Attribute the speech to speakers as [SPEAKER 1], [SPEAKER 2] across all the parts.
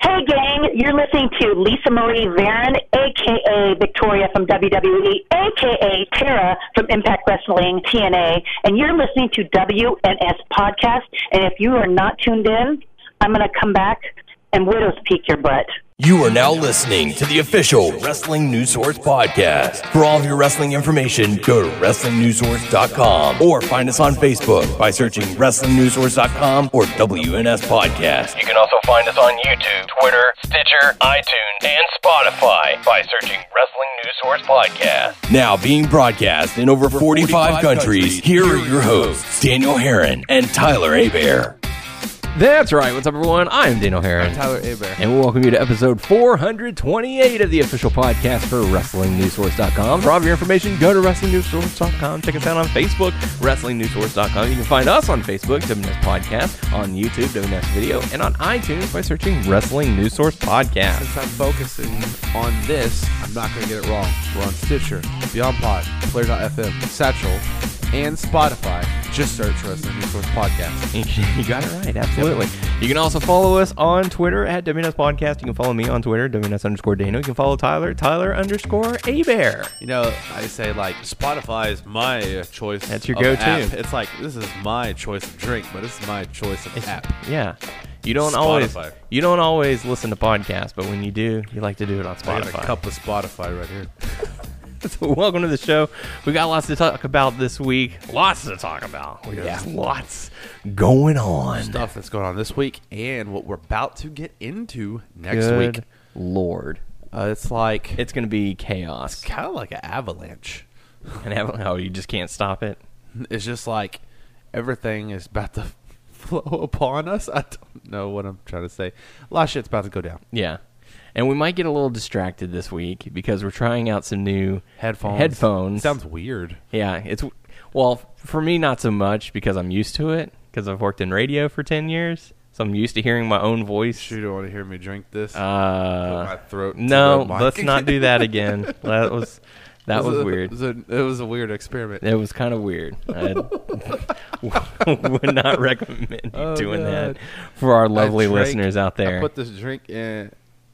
[SPEAKER 1] Hey, gang, you're listening to Lisa Marie Varon, aka Victoria from E, WWE, aka Tara from Impact Wrestling TNA, and you're listening to WNS Podcast. And if you are not tuned in, I'm going to come back and widow's peak your butt.
[SPEAKER 2] You are now listening to the official Wrestling News Source podcast. For all of your wrestling information, go to WrestlingNewsSource.com or find us on Facebook by searching WrestlingNewsSource.com or WNS Podcast. You can also find us on YouTube, Twitter, Stitcher, iTunes, and Spotify by searching Wrestling News Source Podcast. Now being broadcast in over 45 countries, here are your hosts, Daniel Herron and Tyler Abear.
[SPEAKER 3] That's right. What's up, everyone? I'm Daniel Herron.
[SPEAKER 4] Tyler Abear.
[SPEAKER 3] And we welcome you to episode 428 of the official podcast for WrestlingNewsSource.com. For all of your information, go to WrestlingNewsSource.com. Check us out on Facebook, WrestlingNewsSource.com. You can find us on Facebook, WNS Podcast, on YouTube, WNS Video, and on iTunes by searching Wrestling News Source Podcast.
[SPEAKER 4] Since I'm focusing on this, I'm not going to get it wrong. We're on Stitcher, Beyond Pod, Player.fm, Satchel, and Spotify. Just search Wrestling News Source Podcast.
[SPEAKER 3] you got it right, absolutely. You can also follow us on Twitter at WNS Podcast. You can follow me on Twitter, WNS underscore Daniel. You can follow Tyler, Tyler underscore Abear.
[SPEAKER 4] You know, I say like Spotify is my choice.
[SPEAKER 3] That's your
[SPEAKER 4] of
[SPEAKER 3] go-to.
[SPEAKER 4] app. It's like this is my choice of drink, but it's my choice of app.
[SPEAKER 3] Yeah. You don't always
[SPEAKER 4] Spotify.
[SPEAKER 3] you don't always listen to podcasts, but when you do, you like to do it on
[SPEAKER 4] I got a
[SPEAKER 3] Spotify.
[SPEAKER 4] cup of Spotify right here.
[SPEAKER 3] So welcome to the show. We got lots to talk about this week. Lots to talk about. We got lots going on.
[SPEAKER 4] Stuff that's going on this week and what we're about to get into next
[SPEAKER 3] Good
[SPEAKER 4] week.
[SPEAKER 3] lord.
[SPEAKER 4] Uh, it's like
[SPEAKER 3] It's gonna be chaos.
[SPEAKER 4] kind of like an avalanche.
[SPEAKER 3] And have- oh, you just can't stop it.
[SPEAKER 4] It's just like everything is about to flow upon us. I don't know what I'm trying to say. A lot of shit's about to go down.
[SPEAKER 3] Yeah. And we might get a little distracted this week because we're trying out some new
[SPEAKER 4] Headphones.
[SPEAKER 3] Headphones.
[SPEAKER 4] Sounds weird.
[SPEAKER 3] Yeah, it's well for me not so much because I'm used to it because I've worked in radio for ten years, so I'm used to hearing my own voice.
[SPEAKER 4] Sure, you don't want to hear me drink this.
[SPEAKER 3] Uh,
[SPEAKER 4] my throat to
[SPEAKER 3] No,
[SPEAKER 4] the mic.
[SPEAKER 3] let's not do that again. That was that
[SPEAKER 4] It
[SPEAKER 3] was
[SPEAKER 4] a-
[SPEAKER 3] weird.
[SPEAKER 4] It was a, it was a weird experiment.
[SPEAKER 3] It was kind of weird. I would not recommend you
[SPEAKER 4] Oh,
[SPEAKER 3] doing that
[SPEAKER 4] God.
[SPEAKER 3] for our lovely
[SPEAKER 4] I drank-
[SPEAKER 3] listeners out
[SPEAKER 4] I
[SPEAKER 3] there.
[SPEAKER 4] put this drink in,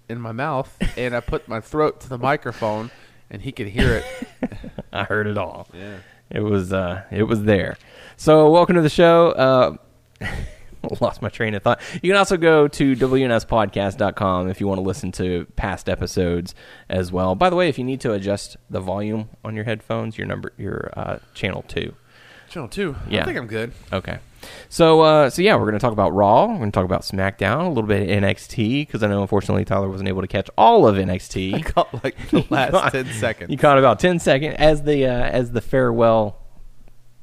[SPEAKER 4] in my mouth and I put my throat to the microphone and he could hear it.
[SPEAKER 3] I heard it all.
[SPEAKER 4] Yeah.
[SPEAKER 3] It was uh, it was there. So welcome to the show. Uh, lost my train of thought. You can also go to wnspodcast.com if you want to listen to past episodes as well. By the way, if you need to adjust the volume on your headphones, your number your uh, channel two.
[SPEAKER 4] Channel 2.
[SPEAKER 3] Yeah.
[SPEAKER 4] I think I'm good.
[SPEAKER 3] Okay. So, uh, so yeah, we're going to talk about Raw. We're going to talk about SmackDown, a little bit of NXT, because I know unfortunately Tyler wasn't able to catch all of NXT.
[SPEAKER 4] I caught like the last 10 seconds.
[SPEAKER 3] You caught about 10 seconds as the uh, as the farewell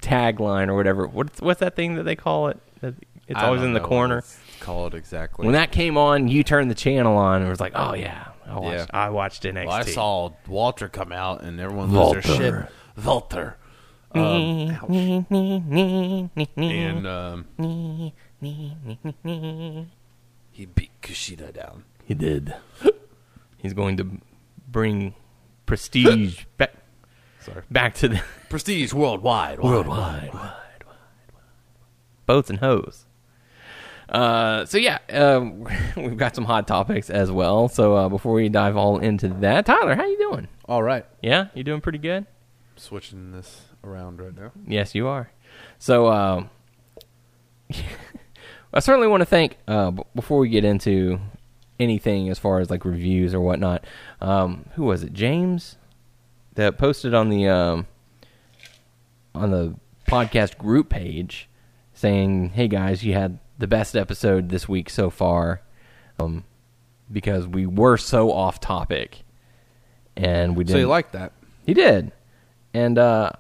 [SPEAKER 3] tagline or whatever. What's what's that thing that they call it? That- It's
[SPEAKER 4] I
[SPEAKER 3] always
[SPEAKER 4] don't
[SPEAKER 3] in the
[SPEAKER 4] know what
[SPEAKER 3] corner.
[SPEAKER 4] it's Called exactly.
[SPEAKER 3] When that came on, you turned the channel on and it was like, "Oh yeah, I watched,
[SPEAKER 4] Yeah.
[SPEAKER 3] I watched NXT."
[SPEAKER 4] Well, I saw Walter come out and everyone lost their shit.
[SPEAKER 3] Walter.
[SPEAKER 4] Walter. Um, ouch. and um, he beat Kushida down.
[SPEAKER 3] He did. He's going to bring prestige back
[SPEAKER 4] Sorry.
[SPEAKER 3] back to the
[SPEAKER 4] Prestige worldwide.
[SPEAKER 3] Worldwide. Boats and hoes. Uh, so yeah, um, we've got some hot topics as well. So uh, before we dive all into that, Tyler, how you doing?
[SPEAKER 4] All right.
[SPEAKER 3] Yeah, you doing pretty good.
[SPEAKER 4] Switching this around right now.
[SPEAKER 3] Yes, you are. So um, I certainly want to thank. Uh, b- before we get into anything as far as like reviews or whatnot, um, who was it? James that posted on the um, on the podcast group page saying, "Hey guys, you had the best episode this week so far." Um, because we were so off topic, and we didn't.
[SPEAKER 4] So you like that?
[SPEAKER 3] He did, and uh,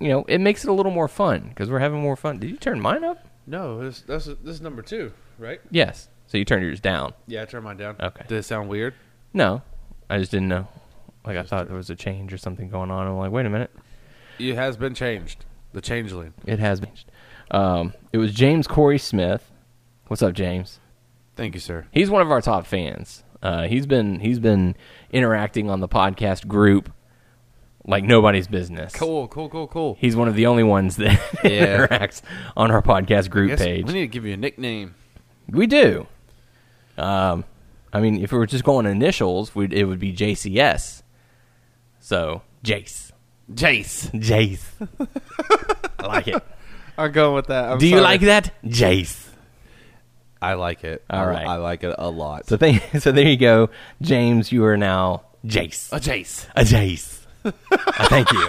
[SPEAKER 3] you know it makes it a little more fun because we're having more fun. Did you turn mine up?
[SPEAKER 4] No, this, that's this is number two, right?
[SPEAKER 3] Yes. So you turned yours down.
[SPEAKER 4] Yeah, I turned mine down.
[SPEAKER 3] Okay.
[SPEAKER 4] Did it sound weird?
[SPEAKER 3] No, I just didn't know. Like I thought there was a change or something going on. I'm like, wait a minute,
[SPEAKER 4] It has been changed. The changeling.
[SPEAKER 3] it has changed. Um, it was James Corey Smith. What's up, James?
[SPEAKER 4] Thank you, sir.
[SPEAKER 3] He's one of our top fans. Uh, he's been he's been interacting on the podcast group like nobody's business.
[SPEAKER 4] Cool, cool, cool, cool.
[SPEAKER 3] He's one of the only ones that
[SPEAKER 4] Yeah.
[SPEAKER 3] interacts on our podcast group
[SPEAKER 4] Yes,
[SPEAKER 3] page.
[SPEAKER 4] we need to give you a nickname.
[SPEAKER 3] We do. Um, I mean, if we were just going initials, we'd, it would be JCS. So Jace,
[SPEAKER 4] Jace.
[SPEAKER 3] Jace. I like it.
[SPEAKER 4] I'm going with that. I'm
[SPEAKER 3] Do you
[SPEAKER 4] sorry.
[SPEAKER 3] like that, Jace?
[SPEAKER 4] I like it.
[SPEAKER 3] All
[SPEAKER 4] I-
[SPEAKER 3] right.
[SPEAKER 4] I like it a lot.
[SPEAKER 3] So, th- so there you go, James. You are now Jace.
[SPEAKER 4] a Jace.
[SPEAKER 3] a Jace. I thank you.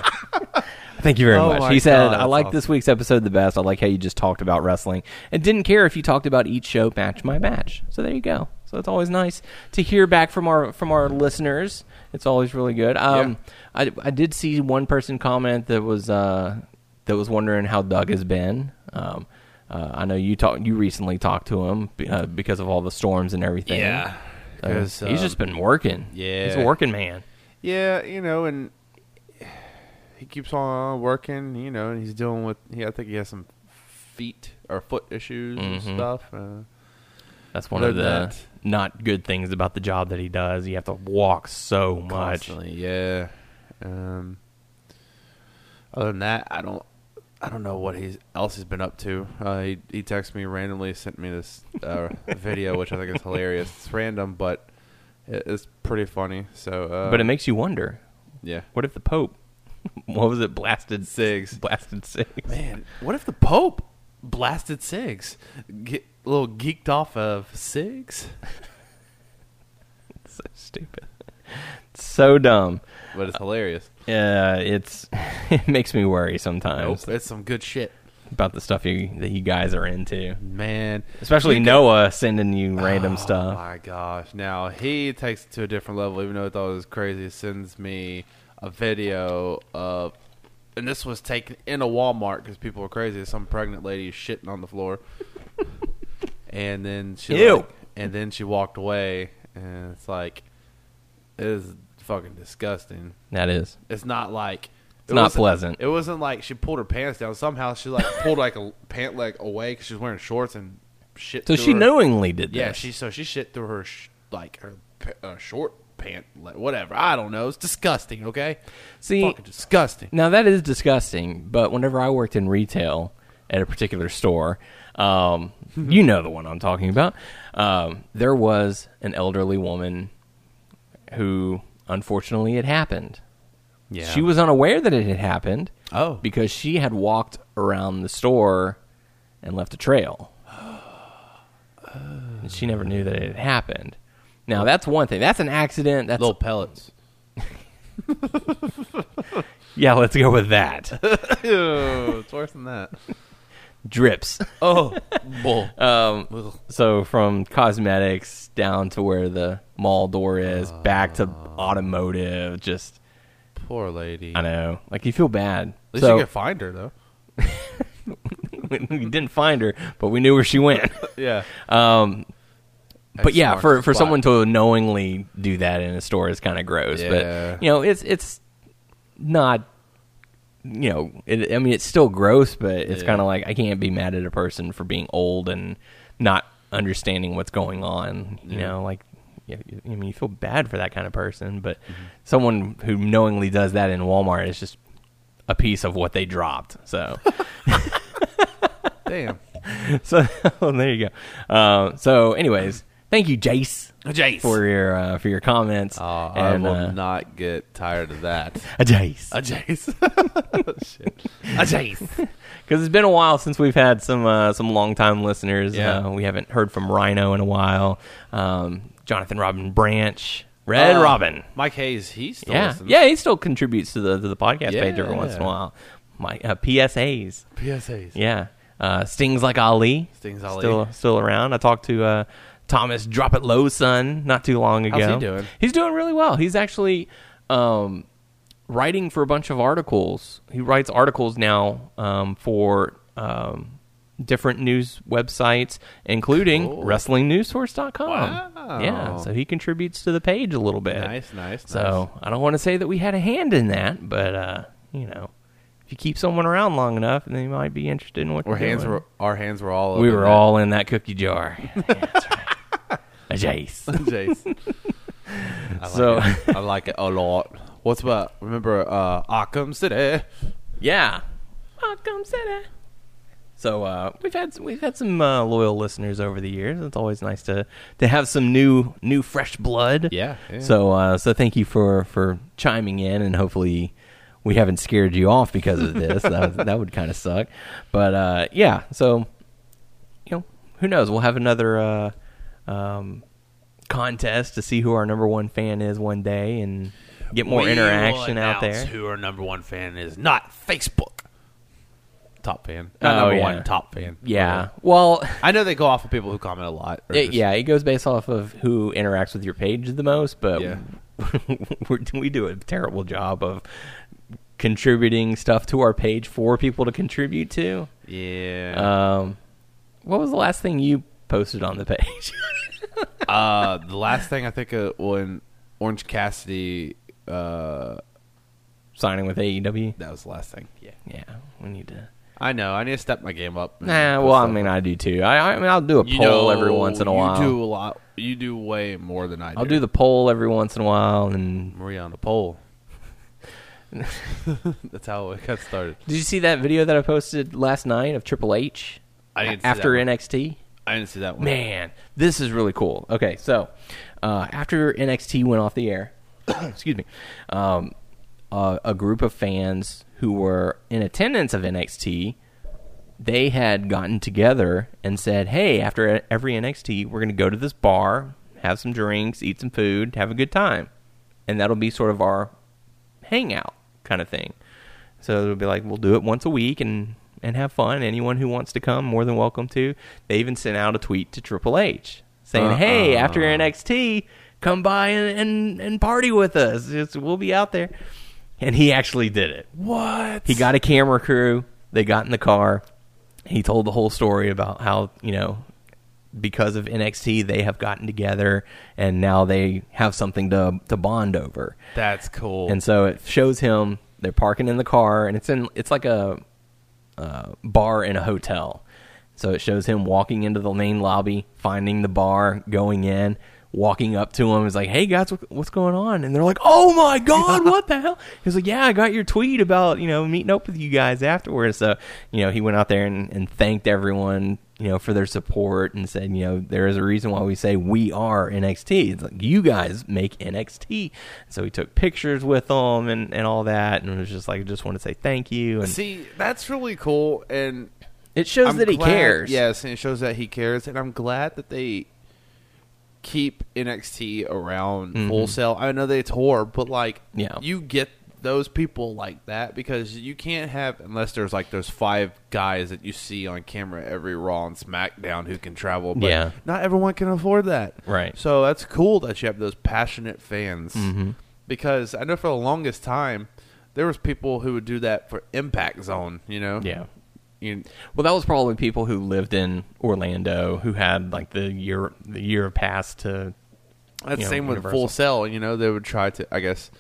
[SPEAKER 3] Thank you very
[SPEAKER 4] Oh my
[SPEAKER 3] much. He said,
[SPEAKER 4] God,
[SPEAKER 3] I
[SPEAKER 4] that's
[SPEAKER 3] like
[SPEAKER 4] awesome.
[SPEAKER 3] this week's episode the best. I like how you just talked about wrestling and didn't care if you talked about each show match by match. So there you go. So it's always nice to hear back from our from our listeners. It's always really good. Um, I, I did see one person comment that was uh, that was wondering how Doug has been. Um, uh, I know you talked you recently talked to him be- uh, because of all the storms and everything.
[SPEAKER 4] Yeah.
[SPEAKER 3] So
[SPEAKER 4] 'Cause,
[SPEAKER 3] he's
[SPEAKER 4] um,
[SPEAKER 3] just been working.
[SPEAKER 4] yeah.
[SPEAKER 3] he's a working man.
[SPEAKER 4] Yeah, you know, and he keeps on working. You know, and he's dealing with. He, I think he has some feet or foot issues and
[SPEAKER 3] Mhm.
[SPEAKER 4] stuff. Uh,
[SPEAKER 3] That's one
[SPEAKER 4] Other
[SPEAKER 3] of the
[SPEAKER 4] than that-
[SPEAKER 3] not good things about the job that he does. You have to walk so much.
[SPEAKER 4] constantly, yeah. Um, other than that, I don't. I don't know what he's else he's been up to. Uh, he he texted me randomly, sent me this uh, video, which I think is hilarious. It's random, but it, it's pretty funny. So, uh,
[SPEAKER 3] But it makes you wonder:
[SPEAKER 4] yeah.
[SPEAKER 3] what if the Pope? What was it? Blasted
[SPEAKER 4] Sigs.
[SPEAKER 3] Blasted six.
[SPEAKER 4] Man, what if the Pope blasted cigs? Get a little geeked off of cigs,
[SPEAKER 3] so stupid. so dumb.
[SPEAKER 4] but it's hilarious.
[SPEAKER 3] Yeah, it's it makes me worry sometimes
[SPEAKER 4] Nope, it's some good shit,
[SPEAKER 3] about the stuff you, that you guys are into,
[SPEAKER 4] man.
[SPEAKER 3] especially Noah sending you random
[SPEAKER 4] Oh
[SPEAKER 3] stuff.
[SPEAKER 4] my gosh! Now he takes it to a different level. Even though I thought it was crazy, sends me a video of, and this was taken in a Walmart because people were crazy. Some pregnant lady is shitting on the floor, and then she,
[SPEAKER 3] Ew.
[SPEAKER 4] like- and then she walked away, and it's like, it is fucking disgusting.
[SPEAKER 3] That is.
[SPEAKER 4] It's not like it's
[SPEAKER 3] not pleasant.
[SPEAKER 4] It wasn't like she pulled her pants down. Somehow she like pulled like a pant leg away because she was wearing shorts and shit.
[SPEAKER 3] So
[SPEAKER 4] through
[SPEAKER 3] she
[SPEAKER 4] her.
[SPEAKER 3] knowingly did this.
[SPEAKER 4] Yeah, she so she shit through her sh- like her p- uh, short pant leg, whatever. I don't know. It's disgusting. Okay,
[SPEAKER 3] See,
[SPEAKER 4] fucking disgusting.
[SPEAKER 3] Now that is disgusting, but whenever I worked in retail at a particular store, um, you know the one I'm talking about. Um, there was an elderly woman who, unfortunately, it happened.
[SPEAKER 4] Yeah,
[SPEAKER 3] She was unaware that it had happened
[SPEAKER 4] Oh.
[SPEAKER 3] because she had walked around the store and left a trail. And she never knew that it had happened. Now that's one thing. That's an accident. That's
[SPEAKER 4] little pellets.
[SPEAKER 3] yeah. Let's go with that.
[SPEAKER 4] Ew, it's worse than that.
[SPEAKER 3] Drips.
[SPEAKER 4] Oh, bull.
[SPEAKER 3] Um, so from cosmetics down to where the mall door is, back to
[SPEAKER 4] Ah.
[SPEAKER 3] automotive. Just
[SPEAKER 4] Poor lady.
[SPEAKER 3] I know, like you feel bad.
[SPEAKER 4] At least
[SPEAKER 3] so
[SPEAKER 4] you could find her though.
[SPEAKER 3] we didn't find her, but we knew where she went.
[SPEAKER 4] Yeah.
[SPEAKER 3] Um, but
[SPEAKER 4] That's
[SPEAKER 3] yeah,
[SPEAKER 4] smart
[SPEAKER 3] for, for
[SPEAKER 4] spot.
[SPEAKER 3] someone to knowingly do that in a store is kind of gross.
[SPEAKER 4] Yeah.
[SPEAKER 3] But you know, it's it's not. You know, it, I mean, it's still gross, but it's
[SPEAKER 4] Yeah.
[SPEAKER 3] kind of like I can't be mad at a person for being old and not understanding what's going on. You
[SPEAKER 4] Yeah.
[SPEAKER 3] know, like yeah, you- I mean, you feel bad for that kind of person, but
[SPEAKER 4] Mm-hmm.
[SPEAKER 3] someone who knowingly does that in Walmart is just a piece of what they dropped. So.
[SPEAKER 4] Damn.
[SPEAKER 3] So there you go. Um, so, anyways, thank you, Jace,
[SPEAKER 4] Jace.
[SPEAKER 3] for your uh, for your comments.
[SPEAKER 4] Oh, I will
[SPEAKER 3] uh,
[SPEAKER 4] not get tired of that.
[SPEAKER 3] a Jace,
[SPEAKER 4] A Jace. Shit. A Jace.
[SPEAKER 3] because it's been a while since we've had some uh, some longtime listeners.
[SPEAKER 4] Yeah.
[SPEAKER 3] Uh, we haven't heard from Rhino in a while. Um, Jonathan Robin Branch, Red
[SPEAKER 4] Uh,
[SPEAKER 3] Robin.
[SPEAKER 4] Mike Hayes, he's still
[SPEAKER 3] Yeah,
[SPEAKER 4] listening.
[SPEAKER 3] yeah, he still contributes to the to the podcast page every once in a
[SPEAKER 4] Yeah.
[SPEAKER 3] while. My uh, PSAs.
[SPEAKER 4] PSAs.
[SPEAKER 3] Yeah. Uh, Stings Like Ali.
[SPEAKER 4] Stings Ali.
[SPEAKER 3] Still, still around. I talked to uh, Thomas Drop It Low son not too long ago.
[SPEAKER 4] he doing?
[SPEAKER 3] He's doing really well. He's actually um, writing for a bunch of articles. He writes articles now um, for um, different news websites, including
[SPEAKER 4] Cool.
[SPEAKER 3] WrestlingNewsSource.com.
[SPEAKER 4] Wow.
[SPEAKER 3] Yeah. So he contributes to the page a little bit.
[SPEAKER 4] Nice, nice,
[SPEAKER 3] So I don't want to say that we had a hand in that, but uh, you know, if you keep someone around long enough, then they might be interested in what
[SPEAKER 4] Our
[SPEAKER 3] you're
[SPEAKER 4] hands
[SPEAKER 3] doing.
[SPEAKER 4] were our hands were all
[SPEAKER 3] we
[SPEAKER 4] over
[SPEAKER 3] were
[SPEAKER 4] that.
[SPEAKER 3] all in that cookie jar. Yeah, that's right. A Jace.
[SPEAKER 4] Jace. I like
[SPEAKER 3] So-
[SPEAKER 4] it. I like it a lot. What's about remember uh Arkham City?
[SPEAKER 3] Yeah. Welcome City. So uh, we've had we've had some uh, loyal listeners over the years. It's always nice to to have some new new fresh blood.
[SPEAKER 4] Yeah, yeah.
[SPEAKER 3] So uh, so thank you for for chiming in, and hopefully we haven't scared you off because of this. that would, that would kind of suck. But uh, yeah, so you know who knows? We'll have another uh, um, contest to see who our number one fan is one day, and get more
[SPEAKER 4] We will
[SPEAKER 3] interaction out
[SPEAKER 4] announce
[SPEAKER 3] there.
[SPEAKER 4] Who our number one fan is not Facebook. Top fan,
[SPEAKER 3] Oh,
[SPEAKER 4] not number
[SPEAKER 3] yeah.
[SPEAKER 4] one. Top fan.
[SPEAKER 3] Yeah. Well.
[SPEAKER 4] I know they go off of people who comment a lot. or
[SPEAKER 3] It,
[SPEAKER 4] just-
[SPEAKER 3] yeah, it goes based off of who interacts with your page the most, but
[SPEAKER 4] Yeah.
[SPEAKER 3] we're, we do a terrible job of contributing stuff to our page for people to contribute to.
[SPEAKER 4] yeah.
[SPEAKER 3] Um, what was the last thing you posted on the page?
[SPEAKER 4] Uh, the last thing I think uh, when Orange Cassidy, uh,
[SPEAKER 3] Signing with AEW?
[SPEAKER 4] that was the last thing. Yeah,
[SPEAKER 3] Yeah, we need to.
[SPEAKER 4] I know. I need to step my game up. and
[SPEAKER 3] Nah,
[SPEAKER 4] put
[SPEAKER 3] well, I
[SPEAKER 4] stuff
[SPEAKER 3] mean,
[SPEAKER 4] up.
[SPEAKER 3] I do too. I, I mean, I'll do a
[SPEAKER 4] You
[SPEAKER 3] poll
[SPEAKER 4] know,
[SPEAKER 3] every once in a while.
[SPEAKER 4] You do a lot. You do way more than I do.
[SPEAKER 3] I'll do the poll every once in a while, and
[SPEAKER 4] Maria on the pole. That's how it got started.
[SPEAKER 3] did you see that video that I posted last night of Triple H
[SPEAKER 4] I didn't see
[SPEAKER 3] after
[SPEAKER 4] that one.
[SPEAKER 3] NXT?
[SPEAKER 4] I didn't see that one.
[SPEAKER 3] Man, this is really cool. Okay, so uh, after NXT went off the air, excuse me, um, uh, a group of fans who were in attendance of NXT, they had gotten together and said, "Hey, after e-, every NXT, we're going to go to this bar, have some drinks, eat some food, have a good time, and that'll be sort of our hangout kind of thing." So it'll be like we'll do it once a week and and have fun. Anyone who wants to come, more than welcome to. They even sent out a tweet to Triple H saying, "Hey, after NXT, come by and and, and party with us. It's, we'll be out there." And he actually did it.
[SPEAKER 4] What?
[SPEAKER 3] He got a camera crew. They got in the car. He told the whole story about how, you know, because of NXT, they have gotten together and now they have something to, to bond over.
[SPEAKER 4] That's cool.
[SPEAKER 3] And so it shows him they're parking in the car, and it's in it's like a uh, bar in a hotel. So it shows him walking into the main lobby, finding the bar, going in, walking up to him. Is like, "Hey guys, what- what's going on?" And they're like, "Oh my god, what the hell?" He's like, "Yeah, I got your tweet about you know meeting up with you guys afterwards." So you know he went out there and, and thanked everyone you know for their support and said you know there is a reason why we say we are NXT. It's like you guys make NXT. So he took pictures with them and and all that, and was just like, "Just want to say thank you." And
[SPEAKER 4] See, that's really cool, and
[SPEAKER 3] it shows
[SPEAKER 4] I'm
[SPEAKER 3] that he
[SPEAKER 4] glad-
[SPEAKER 3] cares.
[SPEAKER 4] Yes, and it shows that he cares, and I'm glad that they keep NXT around Full Sail. I know they tour, but like,
[SPEAKER 3] Mm-hmm. Yeah.
[SPEAKER 4] you get those people like that because you can't have unless there's like those five guys that you see on camera every Raw and SmackDown who can travel. But
[SPEAKER 3] Yeah.
[SPEAKER 4] not everyone can afford that.
[SPEAKER 3] Right. Mm-hmm.
[SPEAKER 4] So that's cool that you have those passionate fans because I know for the longest time. There was people who would do that for Impact Zone, you know.
[SPEAKER 3] Yeah.
[SPEAKER 4] You,
[SPEAKER 3] Well, that was probably people who lived in Orlando who had like the year the year pass to.
[SPEAKER 4] That's
[SPEAKER 3] you
[SPEAKER 4] the
[SPEAKER 3] know,
[SPEAKER 4] same with
[SPEAKER 3] Universal.
[SPEAKER 4] Full Sail. You know, they would try to. I guess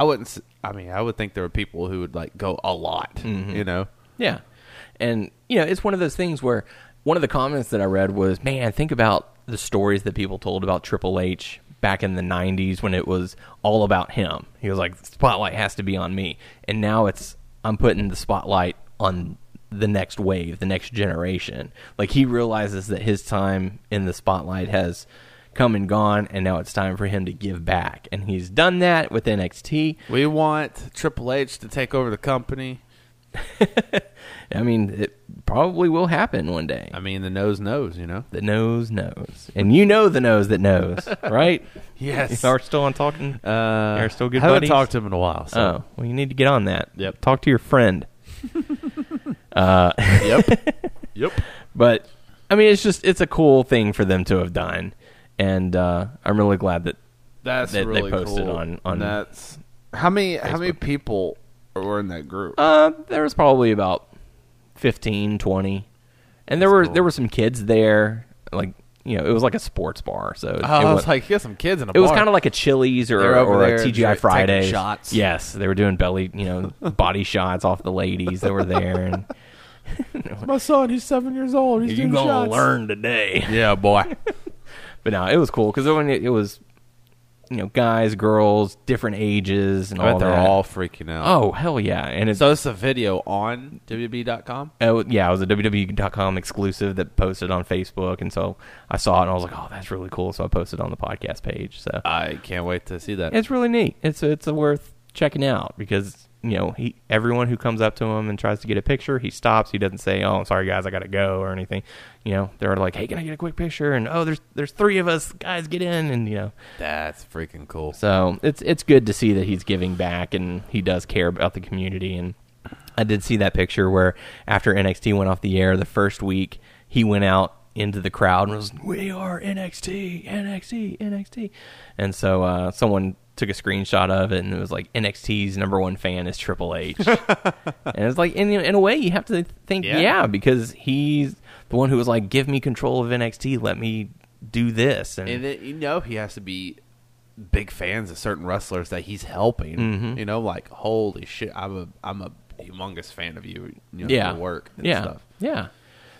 [SPEAKER 4] I wouldn't. s- I mean, I would think there were people who would like go a lot.
[SPEAKER 3] Mm-hmm.
[SPEAKER 4] You know,
[SPEAKER 3] Yeah, and you know it's one of those things where one of the comments that I read was, "Man, think about the stories that people told about Triple H back in the '90s when it was all about him. He was like, spotlight has to be on me, and now it's I'm putting the spotlight on." the next wave the next generation like he realizes that his time in the spotlight has come and gone and now it's time for him to give back and he's done that with NXT
[SPEAKER 4] we want Triple H to take over the company.
[SPEAKER 3] I mean, it probably will happen one day.
[SPEAKER 4] I mean, the nose knows. You know,
[SPEAKER 3] The nose knows, and you know the nose that knows, right?
[SPEAKER 4] Yes.
[SPEAKER 3] Are we still on talking?
[SPEAKER 4] uh,
[SPEAKER 3] They're still good
[SPEAKER 4] I haven't
[SPEAKER 3] buddies?
[SPEAKER 4] talked to him in a while. So.
[SPEAKER 3] oh, well, you need to get on that.
[SPEAKER 4] Yep.
[SPEAKER 3] Talk to your friend.
[SPEAKER 4] yep, yep.
[SPEAKER 3] But I mean, it's just it's a cool thing for them to have done, and uh, I'm really glad that
[SPEAKER 4] That's
[SPEAKER 3] They- they
[SPEAKER 4] really
[SPEAKER 3] posted
[SPEAKER 4] cool.
[SPEAKER 3] on- on
[SPEAKER 4] that's how many how many people were in that group?
[SPEAKER 3] uh, there was probably about 15, 20. and there were
[SPEAKER 4] cool.
[SPEAKER 3] there were some kids there, like you know, it was like a sports bar, so it,
[SPEAKER 4] I
[SPEAKER 3] it
[SPEAKER 4] was
[SPEAKER 3] wa-
[SPEAKER 4] like, you got some kids in a
[SPEAKER 3] It was
[SPEAKER 4] bar.
[SPEAKER 3] kind of like a Chili's
[SPEAKER 4] They're
[SPEAKER 3] or,
[SPEAKER 4] over
[SPEAKER 3] or
[SPEAKER 4] there
[SPEAKER 3] a TGI
[SPEAKER 4] just taking
[SPEAKER 3] Fridays.
[SPEAKER 4] shots.
[SPEAKER 3] Yes, they were doing belly, you know, body shots off the ladies that were there. And
[SPEAKER 4] my son. He's seven years old. He's doing shots.
[SPEAKER 3] today.
[SPEAKER 4] Yeah, boy.
[SPEAKER 3] But no, it was cool because it, it was you know, guys, girls, different ages, and
[SPEAKER 4] I
[SPEAKER 3] all
[SPEAKER 4] bet Oh, they're
[SPEAKER 3] that.
[SPEAKER 4] all freaking out.
[SPEAKER 3] oh hell yeah, and it's
[SPEAKER 4] So it's a video on WB.com?
[SPEAKER 3] oh yeah, it was a WWE.com exclusive that posted on Facebook, and so I saw it and I was like, oh, that's really cool. So I posted on the podcast page. So
[SPEAKER 4] I can't wait to see that.
[SPEAKER 3] it's really neat. It's it's worth checking out because you know he everyone who comes up to him and tries to get a picture, he stops. He doesn't say, "Oh, I'm sorry guys, I got to go" or anything. You know, they're like, "Hey, can I get a quick picture?" And oh, there's there's three of us guys, get in, and you know.
[SPEAKER 4] That's freaking cool.
[SPEAKER 3] So it's it's good to see that he's giving back and he does care about the community. And I did see that picture where after NXT went off the air the first week, he went out into the crowd and was, "We are NXT, NXT, NXT," and so uh, someone took a screenshot of it and it was like NXT's number one fan is Triple H, and it's like in in a way you have to think,
[SPEAKER 4] Yeah.
[SPEAKER 3] yeah, because he's the one who was like, "Give me control of NXT, let me." Do this, and
[SPEAKER 4] And then, you know he has to be big fans of certain wrestlers that he's helping.
[SPEAKER 3] Mm-hmm.
[SPEAKER 4] You know, like holy shit, I'm a I'm a humongous fan of you. you know,
[SPEAKER 3] yeah.
[SPEAKER 4] your work and
[SPEAKER 3] yeah.
[SPEAKER 4] stuff.
[SPEAKER 3] Yeah.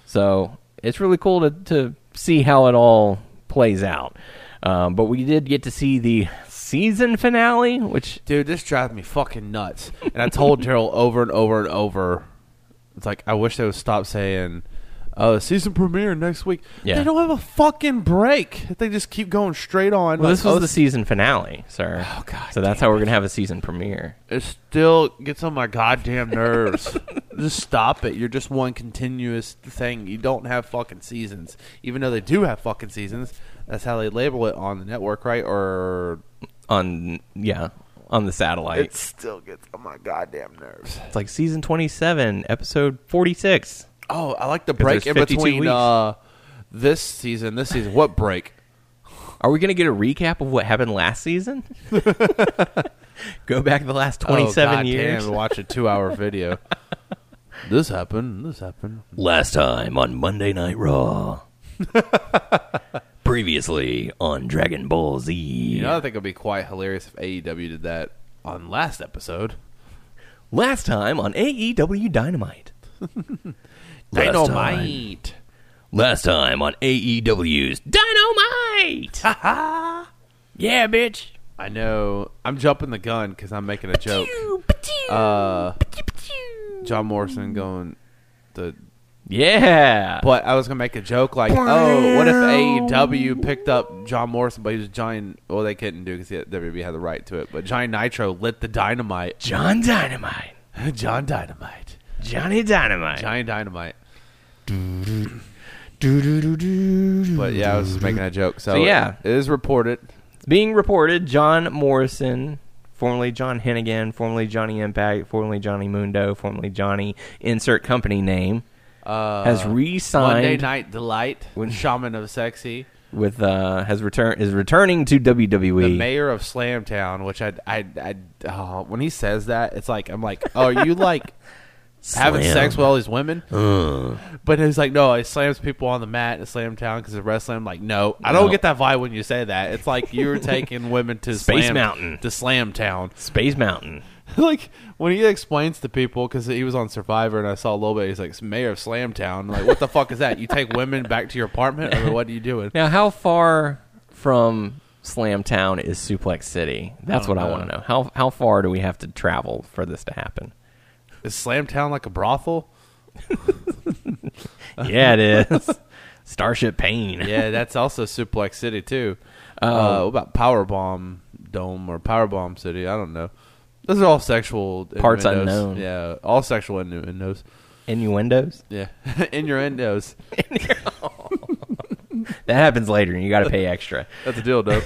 [SPEAKER 3] So it's really cool to, to see how it all plays out. Um, but we did get to see the season finale, which
[SPEAKER 4] Dude, this drives me fucking nuts. And I told Daryl over and over and over, it's like I wish they would stop saying. Uh, season premiere next week.
[SPEAKER 3] Yeah.
[SPEAKER 4] They don't have a fucking break. They just keep going straight on.
[SPEAKER 3] well,
[SPEAKER 4] like,
[SPEAKER 3] this was
[SPEAKER 4] oh,
[SPEAKER 3] the season finale, sir.
[SPEAKER 4] Oh, God
[SPEAKER 3] So that's how we're gonna have a season premiere.
[SPEAKER 4] it still gets on my goddamn nerves. just stop it. You're just one continuous thing. You don't have fucking seasons. Even though they do have fucking seasons, that's how they label it on the network, right? Or
[SPEAKER 3] On yeah, on the satellite.
[SPEAKER 4] it
[SPEAKER 3] It's,
[SPEAKER 4] still gets on my goddamn nerves.
[SPEAKER 3] like season twenty-seven, episode forty-six.
[SPEAKER 4] Oh, I like the break
[SPEAKER 3] there's
[SPEAKER 4] in
[SPEAKER 3] 52
[SPEAKER 4] between
[SPEAKER 3] weeks.
[SPEAKER 4] uh, this season, this season. What break?
[SPEAKER 3] Are we gonna get a recap of what happened last season? Go back the last
[SPEAKER 4] Twenty-seven
[SPEAKER 3] twenty-seven years.
[SPEAKER 4] Oh, watch a two-hour video. this happened. This happened.
[SPEAKER 2] Last time on Monday Night Raw. Previously on Dragon Ball Z.
[SPEAKER 4] You know, I think it'd be quite hilarious if AEW did that on last episode.
[SPEAKER 3] Last time on AEW Dynamite.
[SPEAKER 2] Last time.
[SPEAKER 4] Dynamite.
[SPEAKER 2] Last time on AEW's Dynamite. yeah, bitch.
[SPEAKER 4] I know. I'm jumping the gun because I'm making a joke. Uh, John Morrison going the.
[SPEAKER 3] Yeah.
[SPEAKER 4] But I was gonna make a joke like, oh, what if AEW picked up John Morrison, but he was Johnny. Well, they couldn't do because WB had the right to it. But Johnny Nitro lit the dynamite.
[SPEAKER 3] John Dynamite.
[SPEAKER 4] John Dynamite.
[SPEAKER 3] Johnny Dynamite.
[SPEAKER 4] Johnny Dynamite.
[SPEAKER 3] Doo-doo-doo-doo.
[SPEAKER 4] But yeah, I was just making a joke. So,
[SPEAKER 3] So, yeah.
[SPEAKER 4] it is reported.
[SPEAKER 3] Being reported, John Morrison, formerly John Hennigan, formerly Johnny Impact, formerly Johnny Mundo, formerly Johnny Insert Company Name,
[SPEAKER 4] Uh,
[SPEAKER 3] has
[SPEAKER 4] Monday
[SPEAKER 3] re-signed
[SPEAKER 4] Night Delight.
[SPEAKER 3] When-
[SPEAKER 4] Shaman of Sexy.
[SPEAKER 3] with uh has return is returning to E, WWE.
[SPEAKER 4] the mayor of Slamtown, which I, I, I oh, when he says that, it's like I'm like, oh, are you like having
[SPEAKER 2] Slam.
[SPEAKER 4] sex with all these women? But it's like, no, it slams people on the mat in Slamtown because of wrestling. I'm like, no, I don't
[SPEAKER 3] No.
[SPEAKER 4] get that vibe when you say that. It's like you're taking women to
[SPEAKER 3] Space
[SPEAKER 4] Slam,
[SPEAKER 3] Mountain.
[SPEAKER 4] to Slamtown.
[SPEAKER 3] Space Mountain.
[SPEAKER 4] like when he explains to people because he was on Survivor and I saw a little bit. He's like mayor of Slamtown. I'm like, what the fuck is that? You take women back to your apartment? I mean, what are you doing?
[SPEAKER 3] Now, how far from Slamtown is Suplex City? That's what I
[SPEAKER 4] know.
[SPEAKER 3] want to know. How how far do we have to travel for this to happen?
[SPEAKER 4] Is Slamtown like a brothel?
[SPEAKER 3] yeah, it is. Starship Pain.
[SPEAKER 4] yeah, that's also Suplex City too.
[SPEAKER 3] Oh.
[SPEAKER 4] Uh, what about Powerbomb Dome or Powerbomb City? I don't know. Those are all sexual
[SPEAKER 3] Parts
[SPEAKER 4] innuendos.
[SPEAKER 3] unknown.
[SPEAKER 4] Yeah, all sexual innuendos.
[SPEAKER 3] Innuendos.
[SPEAKER 4] Yeah, innuendos.
[SPEAKER 3] That happens later, and you got to pay extra.
[SPEAKER 4] That's a deal, though.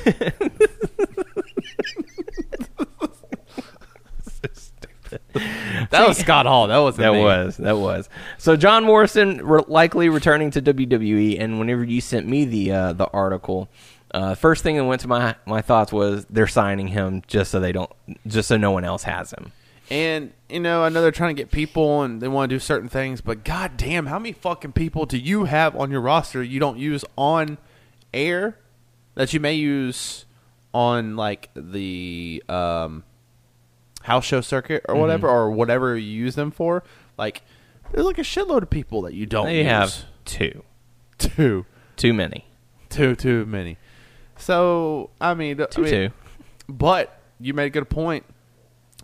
[SPEAKER 4] that was Scott Hall. That wasn't
[SPEAKER 3] That
[SPEAKER 4] me.
[SPEAKER 3] was that was. So John Morrison re- likely returning to WWE, and whenever you sent me the uh, the article, uh, first thing that went to my my thoughts was they're signing him just so they don't just so no one else has him.
[SPEAKER 4] And you know, I know they're trying to get people and they want to do certain things, but goddamn, how many fucking people do you have on your roster you don't use on air that you may use on like the um, house show circuit or whatever or whatever you use them for? Like, there's like a shitload of people that you don't
[SPEAKER 3] They
[SPEAKER 4] use.
[SPEAKER 3] have two,
[SPEAKER 4] two,
[SPEAKER 3] too many.
[SPEAKER 4] two, too many. So I mean, I mean,
[SPEAKER 3] two.
[SPEAKER 4] But you made a good point,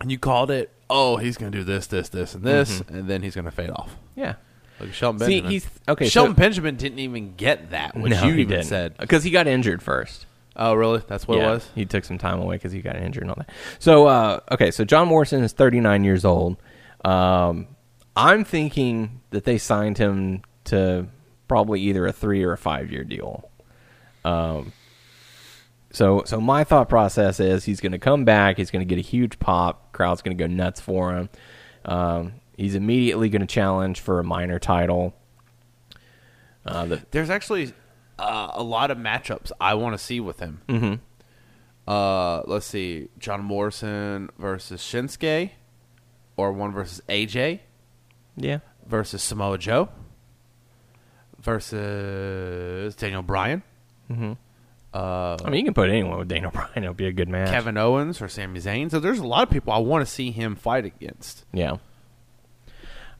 [SPEAKER 4] and you called it. Oh, he's going to do this, this, this, and this, and then he's going to fade off.
[SPEAKER 3] Yeah.
[SPEAKER 4] Like Shelton
[SPEAKER 3] Mm-hmm. See,
[SPEAKER 4] Benjamin.
[SPEAKER 3] he's- okay, so-
[SPEAKER 4] Shelton Benjamin didn't even get that, which you even said.
[SPEAKER 3] because he got injured first.
[SPEAKER 4] Oh, really? That's what it was.
[SPEAKER 3] He took some time away because he got injured and all that. So, uh, okay, so John Morrison is 39 years old. Um, I'm thinking that they signed him to probably either a three or a five year deal. Um, so, so my thought process is he's going to come back. He's going to get a huge pop. Crowd's going to go nuts for him. Um, he's immediately going to challenge for a minor title. Uh, the,
[SPEAKER 4] There's actually uh, a lot of matchups I want to see with him. Mm-hmm. Uh, let's see, John Morrison versus Shinsuke, or one versus AJ
[SPEAKER 3] yeah,
[SPEAKER 4] versus Samoa Joe versus Daniel Bryan,
[SPEAKER 3] I mean, you can put anyone with Daniel Bryan; it'll be a good match.
[SPEAKER 4] Kevin Owens, or Sami Zayn. So there's a lot of people I want to see him fight against.
[SPEAKER 3] Yeah.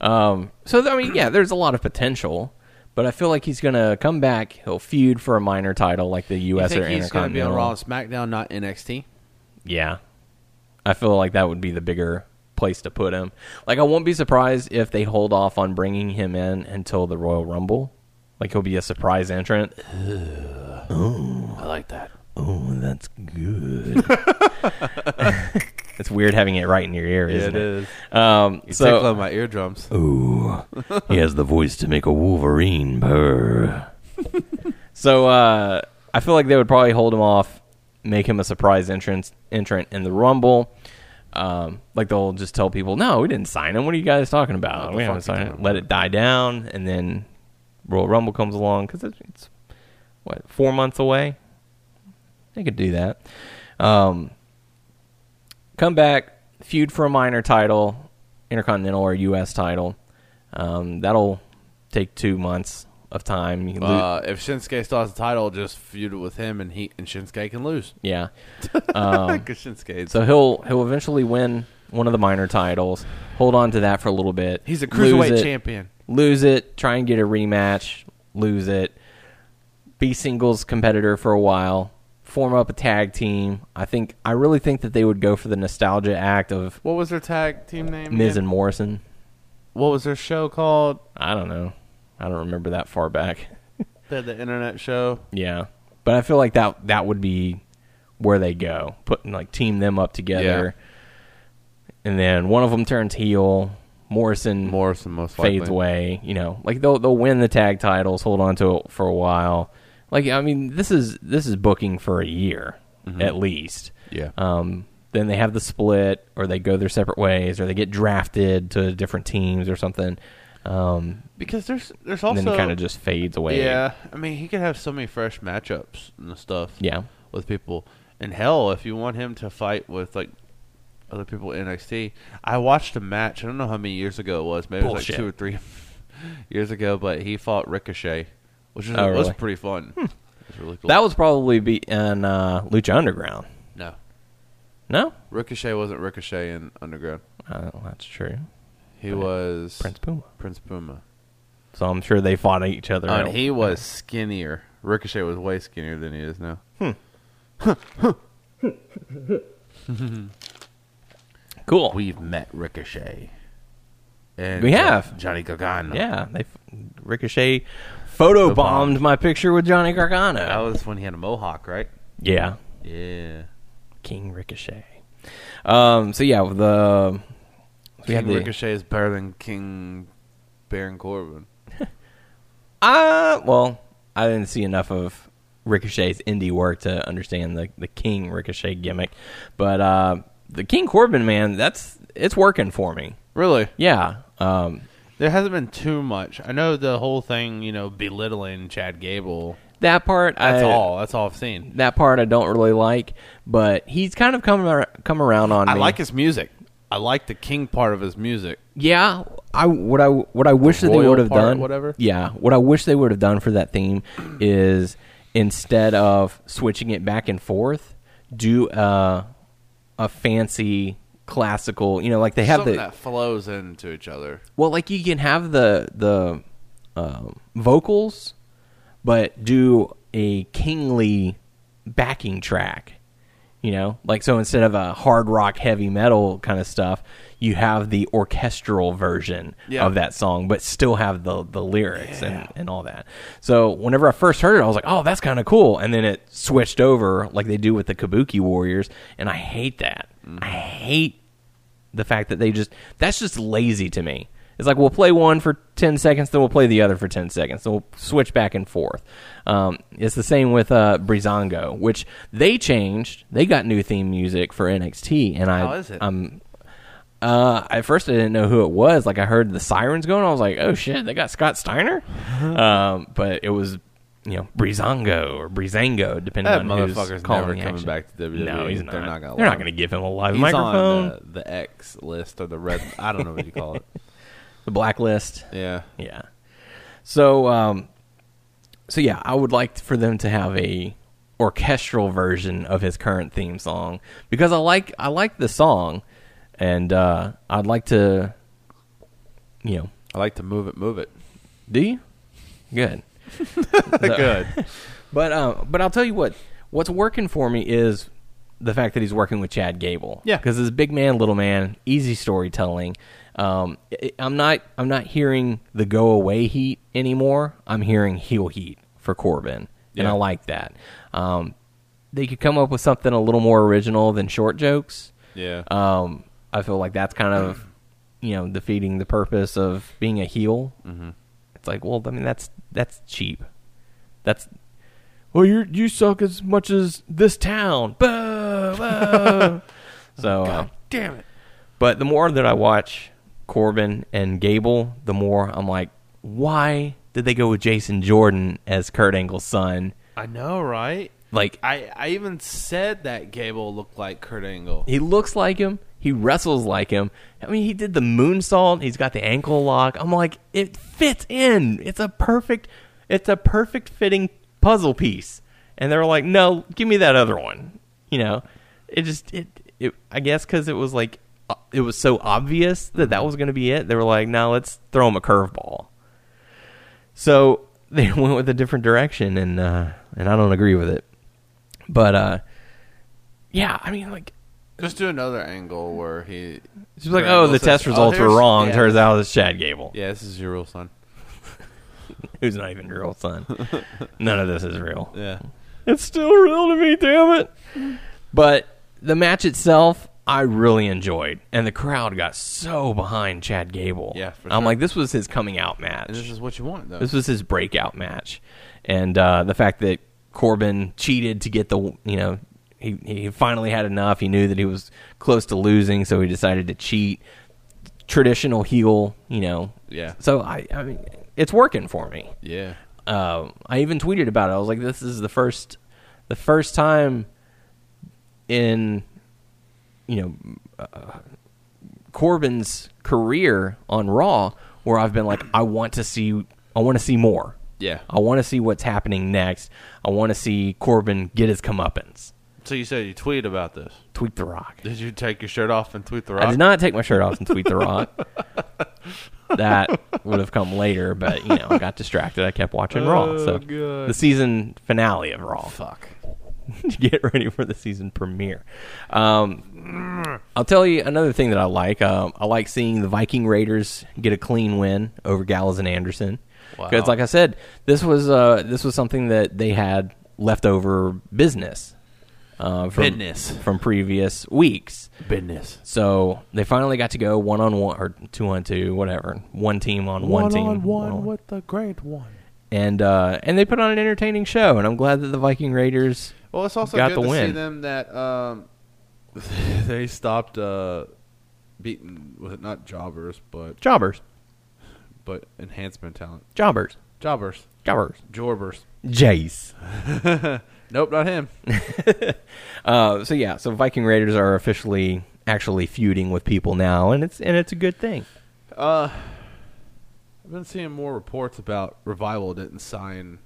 [SPEAKER 3] Um. So I mean, yeah, there's a lot of potential, but I feel like he's gonna come back. He'll feud for a minor title, like the
[SPEAKER 4] I
[SPEAKER 3] U.S.
[SPEAKER 4] think
[SPEAKER 3] or
[SPEAKER 4] he's going to be on
[SPEAKER 3] Intercontinental.
[SPEAKER 4] Raw and SmackDown, not NXT.
[SPEAKER 3] Yeah. I feel like that would be the bigger place to put him. Like, I won't be surprised if they hold off on bringing him in until the Royal Rumble. Like, he'll be a surprise entrant.
[SPEAKER 4] I like that.
[SPEAKER 3] Oh, that's good. it's weird having it right in your ear, isn't it? Um,
[SPEAKER 4] You
[SPEAKER 3] so, uh,
[SPEAKER 4] tickling my eardrums.
[SPEAKER 2] Ooh, he has the voice to make a Wolverine purr.
[SPEAKER 3] So uh, I feel like they would probably hold him off, make him a surprise entrance entrant in the Rumble. Um, like they'll just tell people, "No, we didn't sign him. What are you guys talking about?
[SPEAKER 4] the
[SPEAKER 3] we
[SPEAKER 4] fuck
[SPEAKER 3] haven't
[SPEAKER 4] you
[SPEAKER 3] signed him.
[SPEAKER 4] talking
[SPEAKER 3] Let it die down, and then Royal Rumble comes along because it's, it's what four months away. They could do that. Um, come back, feud for a minor title, intercontinental or U.S. title. Um, that'll take two months of time. You lose-
[SPEAKER 4] Uh, if Shinsuke still has the title, just feud it with him, and he and Shinsuke can lose.
[SPEAKER 3] yeah.
[SPEAKER 4] Because Shinsuke, is-
[SPEAKER 3] Um, So he'll he'll eventually win one of the minor titles. Hold on to that for a little bit.
[SPEAKER 4] he's a
[SPEAKER 3] Lose
[SPEAKER 4] cruiserweight
[SPEAKER 3] it-
[SPEAKER 4] champion.
[SPEAKER 3] Lose it. Try and get a rematch. Lose it. Be singles competitor for a while. Form up a tag team. I think I really think that they would go for the nostalgia act of
[SPEAKER 4] What was their tag team name?
[SPEAKER 3] Miz
[SPEAKER 4] again?
[SPEAKER 3] and Morrison.
[SPEAKER 4] what was their show called?
[SPEAKER 3] I don't know. I don't remember that far back.
[SPEAKER 4] They had the internet show.
[SPEAKER 3] Yeah, but I feel like that that would be where they go, putting like team them up together, and then one of them turns heel. Morrison
[SPEAKER 4] Morrison most likely.
[SPEAKER 3] fades away. You know, like they'll they'll win the tag titles, hold on to it for a while. Like I mean, this is this is booking for a year at least.
[SPEAKER 4] Mm-hmm. Yeah.
[SPEAKER 3] Um, then they have the split, or they go their separate ways, or they get drafted to different teams or something. Um,
[SPEAKER 4] because there's there's
[SPEAKER 3] and
[SPEAKER 4] also
[SPEAKER 3] then it kind of just fades away.
[SPEAKER 4] yeah. I mean, he could have so many fresh matchups and stuff.
[SPEAKER 3] Yeah.
[SPEAKER 4] with people. And hell, if you want him to fight with like other people in NXT, I watched a match. I don't know how many years ago it was. Maybe
[SPEAKER 3] Bullshit.
[SPEAKER 4] it was like two or three years ago. But he fought Ricochet, which was,
[SPEAKER 3] Oh,
[SPEAKER 4] was
[SPEAKER 3] really?
[SPEAKER 4] pretty fun. It was really cool.
[SPEAKER 3] That was probably be in uh, Lucha Underground.
[SPEAKER 4] no
[SPEAKER 3] No,
[SPEAKER 4] Ricochet wasn't Ricochet in Underground.
[SPEAKER 3] uh, that's true.
[SPEAKER 4] He was
[SPEAKER 3] Prince Puma.
[SPEAKER 4] Prince Puma,
[SPEAKER 3] So I'm sure they fought each other.
[SPEAKER 4] and
[SPEAKER 3] out.
[SPEAKER 4] he was skinnier. Ricochet was way skinnier than he is now.
[SPEAKER 3] cool.
[SPEAKER 4] We've met Ricochet. And
[SPEAKER 3] We
[SPEAKER 4] Jo-
[SPEAKER 3] have.
[SPEAKER 4] Johnny Gargano.
[SPEAKER 3] yeah, they f- Ricochet photo bombed my picture with Johnny Gargano.
[SPEAKER 4] that was when he had a mohawk, right?
[SPEAKER 3] Yeah.
[SPEAKER 4] Yeah.
[SPEAKER 3] King Ricochet. Um, so yeah, the we had
[SPEAKER 4] King
[SPEAKER 3] the
[SPEAKER 4] Ricochet is better than King Baron Corbin.
[SPEAKER 3] uh well, I didn't see enough of Ricochet's indie work to understand the the King Ricochet gimmick, but uh, the King Corbin man, that's it's working for me.
[SPEAKER 4] Really?
[SPEAKER 3] Yeah. Um,
[SPEAKER 4] There hasn't been too much. I know the whole thing, you know, belittling Chad Gable.
[SPEAKER 3] that part
[SPEAKER 4] That's
[SPEAKER 3] I,
[SPEAKER 4] all. That's all I've seen.
[SPEAKER 3] That part I don't really like, but he's kind of come ar- come around on
[SPEAKER 4] I
[SPEAKER 3] me.
[SPEAKER 4] like his music. I like the King part of his music.
[SPEAKER 3] Yeah, I what I what I wish that they
[SPEAKER 4] royal
[SPEAKER 3] would have
[SPEAKER 4] part,
[SPEAKER 3] done.
[SPEAKER 4] whatever?
[SPEAKER 3] Yeah, what I wish they would have done for that theme is instead of switching it back and forth, do a a fancy classical. You know, like they have
[SPEAKER 4] Something
[SPEAKER 3] the
[SPEAKER 4] that flows into each other.
[SPEAKER 3] well, like you can have the the um, vocals, but do a kingly backing track. You know, like so instead of a hard rock, heavy metal kind of stuff, you have the orchestral version
[SPEAKER 4] Yeah.
[SPEAKER 3] of that song, but still have the the lyrics and, and all that. So whenever I first heard it, I was like, "Oh, that's kind of cool." And then it switched over, like they do with the Kabuki Warriors, and I hate that. I hate the fact that they just that's just lazy to me. It's like we'll play one for ten seconds, then we'll play the other for ten seconds, then we'll switch back and forth. Um, it's the same with uh, Brizongo, which they changed. They got new theme music for NXT, and I
[SPEAKER 4] How is it?
[SPEAKER 3] I'm uh, at first I didn't know who it was. Like I heard the sirens going, I was like, oh shit, they got Scott Steiner.
[SPEAKER 4] Uh-huh.
[SPEAKER 3] um, but it was you know Brizongo or Brizango, depending
[SPEAKER 4] That
[SPEAKER 3] on who's
[SPEAKER 4] motherfucker's
[SPEAKER 3] calling
[SPEAKER 4] never
[SPEAKER 3] the
[SPEAKER 4] coming
[SPEAKER 3] action.
[SPEAKER 4] back to WWE.
[SPEAKER 3] No, he's not.
[SPEAKER 4] They're not gonna
[SPEAKER 3] They're
[SPEAKER 4] let
[SPEAKER 3] not
[SPEAKER 4] him.
[SPEAKER 3] going to give him a live
[SPEAKER 4] He's
[SPEAKER 3] microphone.
[SPEAKER 4] on uh, the, the X list or the red. I don't know what you call it.
[SPEAKER 3] the blacklist.
[SPEAKER 4] Yeah.
[SPEAKER 3] Yeah. So um so yeah, I would like for them to have a orchestral version of his current theme song because I like I like the song and uh I'd like to you know,
[SPEAKER 4] I like to move it, move it.
[SPEAKER 3] do you? Good.
[SPEAKER 4] Good.
[SPEAKER 3] But um, but I'll tell you what. What's working for me is the fact that he's working with Chad Gable.
[SPEAKER 4] Yeah.
[SPEAKER 3] because it's big man, little man, easy storytelling. Um, it, I'm not I'm not hearing the go away heat anymore. I'm hearing heel heat for Corbin, and
[SPEAKER 4] Yeah.
[SPEAKER 3] I like that. Um, they could come up with something a little more original than short jokes.
[SPEAKER 4] Yeah.
[SPEAKER 3] Um, I feel like that's kind of, you know, defeating the purpose of being a heel. Mm-hmm. It's like, well, I mean, that's that's cheap. That's well, you you suck as much as this town. Boo, boo. so, uh,
[SPEAKER 4] Damn it.
[SPEAKER 3] but the more that I watch Corbin and Gable, the more I'm like, why did they go with Jason Jordan as Kurt Angle's son?
[SPEAKER 4] I know, right?
[SPEAKER 3] Like,
[SPEAKER 4] I, I even said that Gable looked like Kurt Angle.
[SPEAKER 3] He looks like him. He wrestles like him. I mean, he did the moonsault. He's got the ankle lock. I'm like, it fits in. It's a perfect, it's a perfect fitting puzzle piece. And they're like, no, give me that other one. You know, it just it. it I guess because it was like uh, it was so obvious that that was going to be it. They were like, no, let's throw him a curveball. So they went with a different direction, and uh, and I don't agree with it. But uh, yeah, I mean, like
[SPEAKER 4] Just do another angle where he.
[SPEAKER 3] She's like, oh, the test results were wrong. Turns out it's Chad Gable,
[SPEAKER 4] Yeah, this is your real son.
[SPEAKER 3] who's not even your real son. None of this is real.
[SPEAKER 4] Yeah.
[SPEAKER 3] It's still real to me, damn it. But the match itself, I really enjoyed, and the crowd got so behind Chad Gable.
[SPEAKER 4] Yeah, for
[SPEAKER 3] I'm
[SPEAKER 4] sure.
[SPEAKER 3] like, this was his coming out match.
[SPEAKER 4] And this is what you want, though.
[SPEAKER 3] This was his breakout match, and uh, the fact that Corbin cheated to get the you know he he finally had enough. He knew that he was close to losing, so he decided to cheat. Traditional heel, you know.
[SPEAKER 4] Yeah.
[SPEAKER 3] So I I mean it's working for me.
[SPEAKER 4] yeah.
[SPEAKER 3] Uh, I even tweeted about it. I was like, this is the first the first time in you know uh, Corbin's career on Raw where I've been like I want to see I want to see more.
[SPEAKER 4] Yeah.
[SPEAKER 3] I want to see what's happening next. I want to see Corbin get his comeuppance.
[SPEAKER 4] So you said you tweeted about this.
[SPEAKER 3] Tweet the rock.
[SPEAKER 4] Did you take your shirt off and tweet the rock?
[SPEAKER 3] I did not take my shirt off and tweet the rock. that would have come later, but you know, I got distracted. I kept watching Raw.
[SPEAKER 4] Oh,
[SPEAKER 3] So the season finale of Raw. Fuck. Get ready for the season premiere. Um, I'll tell you another thing that I like. Um, I like seeing the Viking Raiders get a clean win over Gallows and Anderson. Because,
[SPEAKER 4] Wow.
[SPEAKER 3] like I said, this was uh, this was something that they had leftover business uh, from,
[SPEAKER 4] Business.
[SPEAKER 3] from previous weeks.
[SPEAKER 4] Business.
[SPEAKER 3] So they finally got to go one on one or two on two, whatever. One team on one, team. on-
[SPEAKER 4] with the great one.
[SPEAKER 3] And uh, and they put on an entertaining show, and I'm glad that the Viking Raiders.
[SPEAKER 4] Well, it's also
[SPEAKER 3] Got
[SPEAKER 4] good
[SPEAKER 3] the
[SPEAKER 4] to see
[SPEAKER 3] win.
[SPEAKER 4] them that um, they stopped uh, beating was it not jobbers but
[SPEAKER 3] Jobbers,
[SPEAKER 4] but enhancement talent
[SPEAKER 3] jobbers,
[SPEAKER 4] jobbers
[SPEAKER 3] jobbers,
[SPEAKER 4] jorbers.
[SPEAKER 3] Jace.
[SPEAKER 4] Nope, not him.
[SPEAKER 3] Uh, so yeah, so Viking Raiders are officially actually feuding with people now, and it's and it's a good thing.
[SPEAKER 4] Uh, I've been seeing more reports about revival didn't sign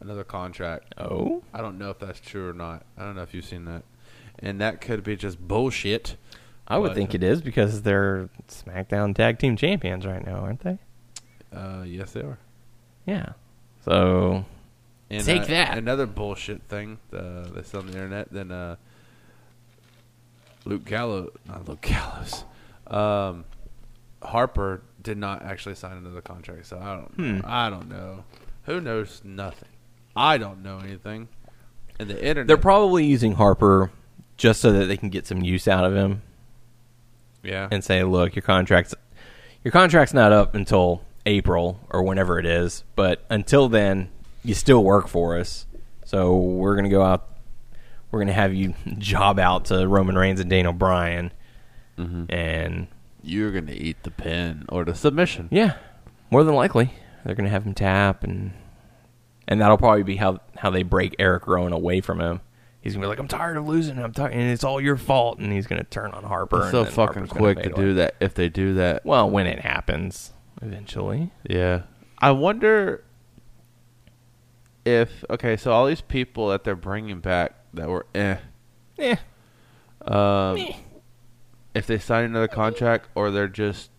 [SPEAKER 4] another contract.
[SPEAKER 3] Oh,
[SPEAKER 4] I don't know if that's true or not. I don't know if you've seen that, and that could be just bullshit.
[SPEAKER 3] I would
[SPEAKER 4] But-
[SPEAKER 3] think it is because they're SmackDown Tag Team Champions right now, aren't they?
[SPEAKER 4] Uh, yes, they are.
[SPEAKER 3] Yeah. So
[SPEAKER 4] And,
[SPEAKER 3] Take
[SPEAKER 4] uh,
[SPEAKER 3] that.
[SPEAKER 4] Another bullshit thing uh, that's on the internet. Then uh, Luke Gallows, not Luke Gallows, um, Harper did not actually sign into the contract. So I
[SPEAKER 3] Hmm.
[SPEAKER 4] don't, I don't know. Who knows nothing? I don't know anything. And the internet,
[SPEAKER 3] They're probably using Harper just so that they can get some use out of him
[SPEAKER 4] yeah,
[SPEAKER 3] and say, "Look, your contract's your contract's not up until April or whenever it is, but until then, you still work for us. So we're gonna go out, we're gonna have you job out to Roman Reigns and Daniel Bryan, and
[SPEAKER 4] you're gonna eat the pin or the submission.
[SPEAKER 3] yeah, more than likely they're gonna have him tap and and that'll probably be how how they break Eric Rowan away from him. He's gonna be like, "I'm tired of losing. I'm tired, and it's all your fault." And he's gonna turn on Harper.
[SPEAKER 4] It's
[SPEAKER 3] and
[SPEAKER 4] so
[SPEAKER 3] then
[SPEAKER 4] fucking
[SPEAKER 3] Harper's gonna
[SPEAKER 4] quick
[SPEAKER 3] fade
[SPEAKER 4] to
[SPEAKER 3] away.
[SPEAKER 4] do that. If they do that,
[SPEAKER 3] Well, when it happens, eventually.
[SPEAKER 4] Yeah. I wonder if okay, so all these people that they're bringing back that were eh,
[SPEAKER 3] Yeah.
[SPEAKER 4] um, if they sign another contract or they're just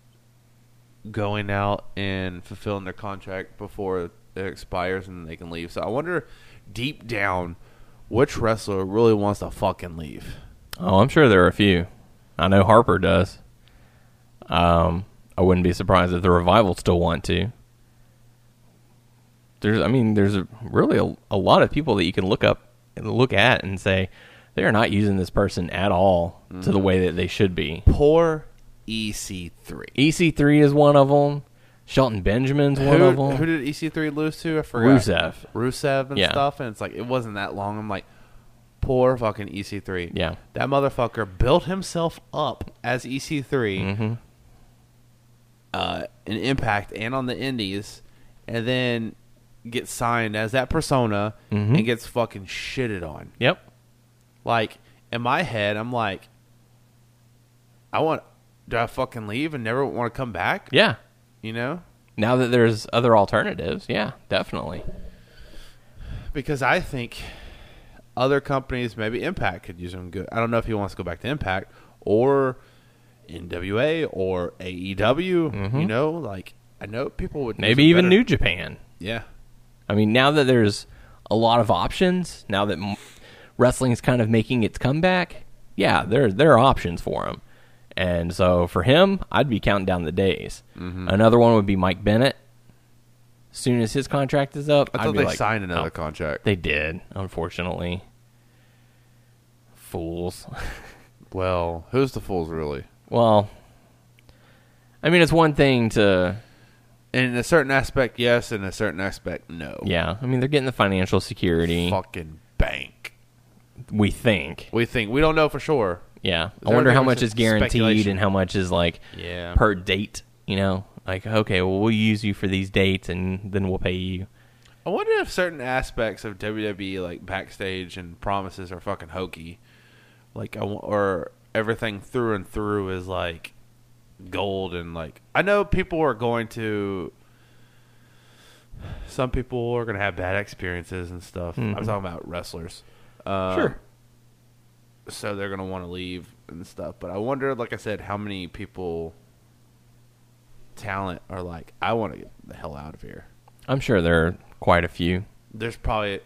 [SPEAKER 4] going out and fulfilling their contract before it expires and they can leave. So I wonder deep down which wrestler really wants to fucking leave.
[SPEAKER 3] Oh, I'm sure there are a few. I know Harper does. Um, I wouldn't be surprised if the revival still want to. There's, I mean, there's a, really a, a lot of people that you can look up, look at, and say they are not using this person at all to
[SPEAKER 4] Mm-hmm.
[SPEAKER 3] the way that they should be.
[SPEAKER 4] Poor E EC3.
[SPEAKER 3] EC3 is one of them. Shelton Benjamin's one of
[SPEAKER 4] Who,
[SPEAKER 3] them.
[SPEAKER 4] who did EC3 lose to? I forgot.
[SPEAKER 3] Rusev.
[SPEAKER 4] Rusev and
[SPEAKER 3] Yeah.
[SPEAKER 4] stuff, and it's like it wasn't that long. I'm like, poor fucking E EC3.
[SPEAKER 3] Yeah.
[SPEAKER 4] that motherfucker built himself up as EC3
[SPEAKER 3] Mm-hmm.
[SPEAKER 4] uh, in Impact and on the Indies, and then gets signed as that persona and gets fucking shitted on.
[SPEAKER 3] Yep.
[SPEAKER 4] Like in my head, I'm like, I want. Do I fucking leave and never want to come back?
[SPEAKER 3] Yeah.
[SPEAKER 4] You know,
[SPEAKER 3] Now that there's other alternatives, yeah, definitely.
[SPEAKER 4] because I think other companies, maybe Impact could use him good. I don't know if he wants to go back to Impact or NWA or AEW. You know, like I know people would use
[SPEAKER 3] Mm-hmm. Maybe
[SPEAKER 4] him
[SPEAKER 3] even
[SPEAKER 4] better.
[SPEAKER 3] New Japan.
[SPEAKER 4] Yeah,
[SPEAKER 3] I mean, now that there's a lot of options, now that m- wrestling is kind of making its comeback, yeah, there there are options for him. And so for him, I'd be counting down the days.
[SPEAKER 4] Mm-hmm.
[SPEAKER 3] Another one would be Mike Bennett. Soon as his contract is up,
[SPEAKER 4] I
[SPEAKER 3] I'd
[SPEAKER 4] thought
[SPEAKER 3] be
[SPEAKER 4] they
[SPEAKER 3] like,
[SPEAKER 4] signed another
[SPEAKER 3] "Oh,
[SPEAKER 4] contract.
[SPEAKER 3] They did, unfortunately. Fools.
[SPEAKER 4] well, who's the fools really?
[SPEAKER 3] well, I mean, it's one thing to
[SPEAKER 4] In a certain aspect, yes. In a certain aspect, no.
[SPEAKER 3] yeah. I mean, they're getting the financial security.
[SPEAKER 4] Fucking bank.
[SPEAKER 3] We think
[SPEAKER 4] We think we don't know for sure.
[SPEAKER 3] Yeah. I
[SPEAKER 4] there
[SPEAKER 3] wonder
[SPEAKER 4] a
[SPEAKER 3] how
[SPEAKER 4] difference
[SPEAKER 3] much
[SPEAKER 4] in
[SPEAKER 3] is guaranteed
[SPEAKER 4] speculation?
[SPEAKER 3] and how much is like
[SPEAKER 4] Yeah.
[SPEAKER 3] per date, you know? Like, okay, well we'll use you for these dates and then we'll pay you.
[SPEAKER 4] I wonder if certain aspects of WWE, like backstage and promises, are fucking hokey. Like, I wa- or everything through and through is like gold and like. I know people are going to. Some people are going to have bad experiences and stuff. I'm talking about wrestlers. Uh,
[SPEAKER 3] Sure.
[SPEAKER 4] So they're going to want to leave and stuff. But I wonder, like I said, how many people, talent, are like, I want to get the hell out of here
[SPEAKER 3] I'm sure there are quite a few.
[SPEAKER 4] there's probably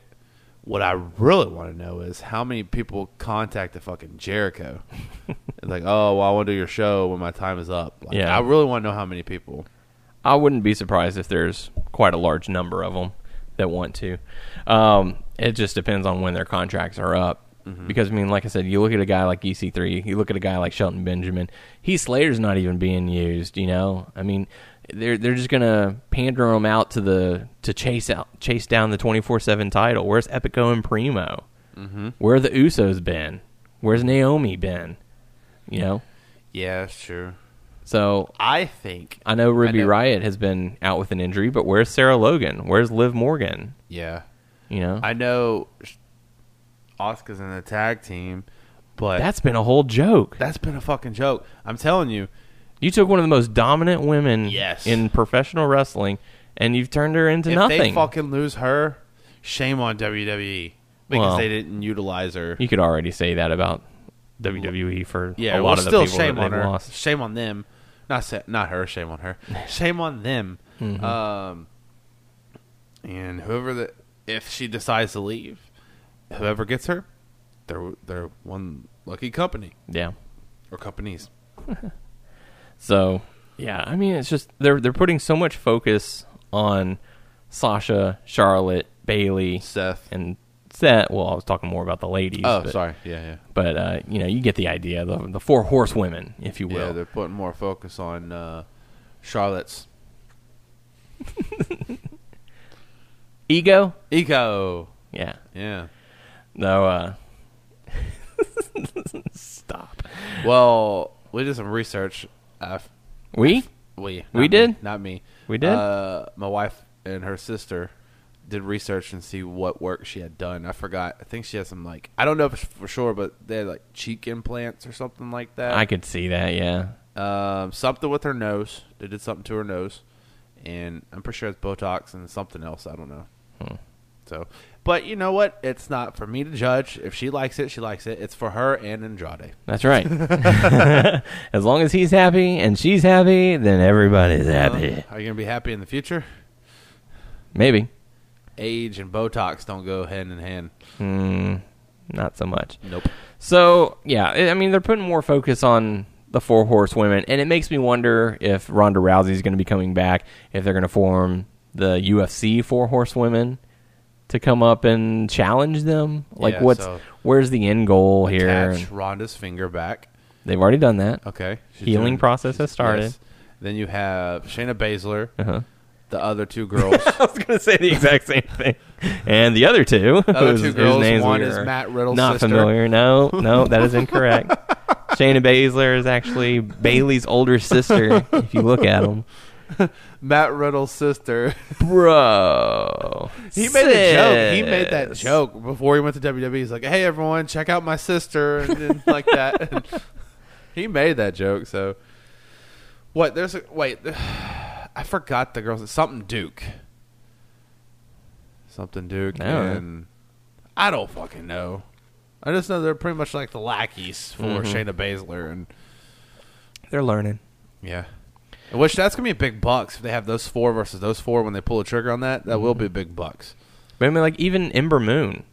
[SPEAKER 4] what I really want to know is how many people contacted fucking Jericho. It's like, oh, well, I want to do your show when my time is up. Like,
[SPEAKER 3] Yeah.
[SPEAKER 4] I really want to know how many people.
[SPEAKER 3] I wouldn't be surprised if there's quite a large number of them that want to. Um, it just depends on when their contracts are up. Because I mean, like I said, you look at a guy like EC3, you look at a guy like Shelton Benjamin. He Slater's not even being used, you know. I mean, they're they're just gonna pander him out to the to chase out chase down the twenty four seven title. Where's Epico and Primo? Where have the Usos been? Where's Naomi been? You know.
[SPEAKER 4] Yeah, that's true.
[SPEAKER 3] So
[SPEAKER 4] I think.
[SPEAKER 3] I know Ruby
[SPEAKER 4] know.
[SPEAKER 3] Riot has been out with an injury, but where's Sarah Logan? Where's Liv Morgan?
[SPEAKER 4] Yeah,
[SPEAKER 3] You know,
[SPEAKER 4] I know. Oscar's in the tag team, but
[SPEAKER 3] that's been a whole joke.
[SPEAKER 4] that's been a fucking joke. I'm telling you.
[SPEAKER 3] You took one of the most dominant women
[SPEAKER 4] Yes.
[SPEAKER 3] in professional wrestling, and you've turned her into
[SPEAKER 4] If they
[SPEAKER 3] nothing.
[SPEAKER 4] fucking lose her, shame on WWE because
[SPEAKER 3] Well.
[SPEAKER 4] they didn't utilize her.
[SPEAKER 3] you could already say that about WWE for
[SPEAKER 4] Yeah,
[SPEAKER 3] a
[SPEAKER 4] well,
[SPEAKER 3] lot of the
[SPEAKER 4] still
[SPEAKER 3] people
[SPEAKER 4] shame
[SPEAKER 3] that
[SPEAKER 4] on
[SPEAKER 3] they've
[SPEAKER 4] her.
[SPEAKER 3] lost.
[SPEAKER 4] Shame on them. Not sa- not her. Shame on her. Shame on them. Um, and whoever that if she decides to leave, whoever gets her, they're they're one lucky company.
[SPEAKER 3] Yeah,
[SPEAKER 4] or companies.
[SPEAKER 3] So yeah, I mean, it's just they're they're putting so much focus on Sasha, Charlotte, Bailey,
[SPEAKER 4] Seth.
[SPEAKER 3] and Seth. Well, I was talking more about the ladies.
[SPEAKER 4] oh,
[SPEAKER 3] but,
[SPEAKER 4] sorry. Yeah, yeah.
[SPEAKER 3] But uh, you know, you get the idea. The, the four horsewomen, if you
[SPEAKER 4] Yeah,
[SPEAKER 3] will.
[SPEAKER 4] they're putting more focus on uh, Charlotte's
[SPEAKER 3] Ego.
[SPEAKER 4] eco.
[SPEAKER 3] Yeah.
[SPEAKER 4] Yeah.
[SPEAKER 3] No. Uh, stop.
[SPEAKER 4] Well, we did some research. Uh,
[SPEAKER 3] We.
[SPEAKER 4] we not
[SPEAKER 3] We
[SPEAKER 4] me,
[SPEAKER 3] did?
[SPEAKER 4] not me.
[SPEAKER 3] We did?
[SPEAKER 4] Uh, my wife and her sister did research and see what work she had done. I forgot. I think she had some like I don't know if it's for sure, but they had like cheek implants or something like that.
[SPEAKER 3] I could see that. Yeah.
[SPEAKER 4] um, something with her nose. They did something to her nose, and I'm pretty sure it's Botox and something else. I don't know.
[SPEAKER 3] Hmm.
[SPEAKER 4] So, but you know what? It's not for me to judge. If she likes it, she likes it. It's for her and Andrade.
[SPEAKER 3] That's right. as long as he's happy and she's happy, then everybody's happy.
[SPEAKER 4] Are you gonna be happy in the future?
[SPEAKER 3] Maybe.
[SPEAKER 4] Age and Botox don't go hand in hand.
[SPEAKER 3] Mm, Not so much.
[SPEAKER 4] Nope.
[SPEAKER 3] So yeah, I I mean they're putting more focus on the four horsewomen, and it makes me wonder if Ronda Rousey is going to be coming back, if they're going to form the UFC four horsewomen to come up and challenge them. Like,
[SPEAKER 4] Yeah,
[SPEAKER 3] what's
[SPEAKER 4] so-
[SPEAKER 3] where's the end goal here?
[SPEAKER 4] Catch
[SPEAKER 3] And
[SPEAKER 4] Rhonda's finger back.
[SPEAKER 3] They've already done that.
[SPEAKER 4] Okay. She's
[SPEAKER 3] Healing
[SPEAKER 4] doing-
[SPEAKER 3] process has started.
[SPEAKER 4] Yes. Then you have Shayna Baszler,
[SPEAKER 3] Uh-huh.
[SPEAKER 4] the other two girls.
[SPEAKER 3] I was going to say the exact same thing. And the other two,
[SPEAKER 4] other
[SPEAKER 3] whose-
[SPEAKER 4] two
[SPEAKER 3] whose
[SPEAKER 4] girls,
[SPEAKER 3] names
[SPEAKER 4] one
[SPEAKER 3] we
[SPEAKER 4] is
[SPEAKER 3] are
[SPEAKER 4] Matt Riddle's
[SPEAKER 3] Not
[SPEAKER 4] sister.
[SPEAKER 3] familiar. No, no, that is incorrect. Shayna Baszler is actually Bailey's older sister. If you look at him,
[SPEAKER 4] Matt Riddle's sister.
[SPEAKER 3] bro,
[SPEAKER 4] He made a joke. He made that
[SPEAKER 3] Sis.
[SPEAKER 4] joke before he went to WWE. He's like, "Hey everyone, check out my sister," and then like that. And he made that joke. So what? There's a wait. I forgot the girls. Something Duke. Something Duke.
[SPEAKER 3] All right.
[SPEAKER 4] and I don't fucking know. I just know they're pretty much like the lackeys for
[SPEAKER 3] Mm-hmm.
[SPEAKER 4] Shayna Baszler, and
[SPEAKER 3] They're learning.
[SPEAKER 4] yeah. Which that's gonna be big bucks if they have those four versus those four when they pull the trigger on that. That will be big bucks.
[SPEAKER 3] But I mean, like even Ember Moon.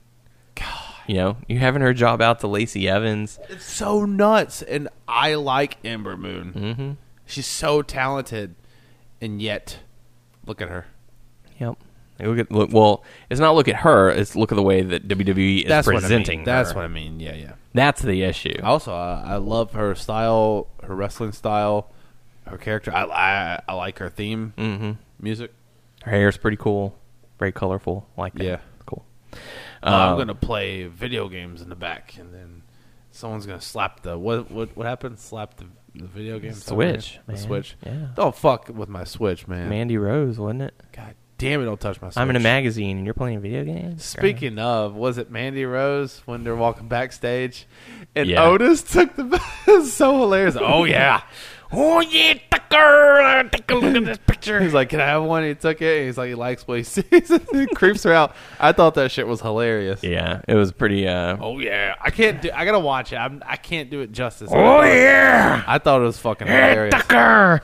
[SPEAKER 3] You know, you having her job out to Lacey Evans.
[SPEAKER 4] It's so nuts, and I like Ember Moon. Mm-hmm. She's so talented, and yet, look at her.
[SPEAKER 3] Yep. Look at look. Well, it's not look at her. It's look at the way that WWE is presenting.
[SPEAKER 4] What I mean. That's
[SPEAKER 3] her.
[SPEAKER 4] what I mean. Yeah, yeah.
[SPEAKER 3] That's the issue.
[SPEAKER 4] Also, I, I love her style, her wrestling style, her character. I I, I like her theme mm-hmm. music.
[SPEAKER 3] Her hair's pretty cool, very colorful. I Like that.
[SPEAKER 4] Yeah.
[SPEAKER 3] cool.
[SPEAKER 4] Oh, I'm
[SPEAKER 3] Um,
[SPEAKER 4] gonna play video games in the back, and then someone's gonna slap the what what what happened? Slap the, the video game
[SPEAKER 3] Switch,
[SPEAKER 4] The
[SPEAKER 3] man.
[SPEAKER 4] switch.
[SPEAKER 3] Yeah.
[SPEAKER 4] Don't fuck with my switch, man.
[SPEAKER 3] Mandy Rose, wasn't it?
[SPEAKER 4] God damn it! Don't touch my. Switch.
[SPEAKER 3] I'm in a magazine and you're playing video games.
[SPEAKER 4] Speaking of, was it Mandy Rose when they're walking backstage, and
[SPEAKER 3] Yeah.
[SPEAKER 4] Otis took the so hilarious. Oh yeah,
[SPEAKER 3] oh yeah, Tucker, take a look at this picture.
[SPEAKER 4] he's like, "Can I have one?" He took it. And he's like, he likes what he sees. and he creeps her out. I thought that shit was hilarious.
[SPEAKER 3] yeah, it was pretty. Uh, oh,
[SPEAKER 4] Oh yeah, I can't do. I gotta watch it. I'm, I can't do it justice.
[SPEAKER 3] Oh, yeah,
[SPEAKER 4] I thought it was fucking hilarious.
[SPEAKER 3] Tucker.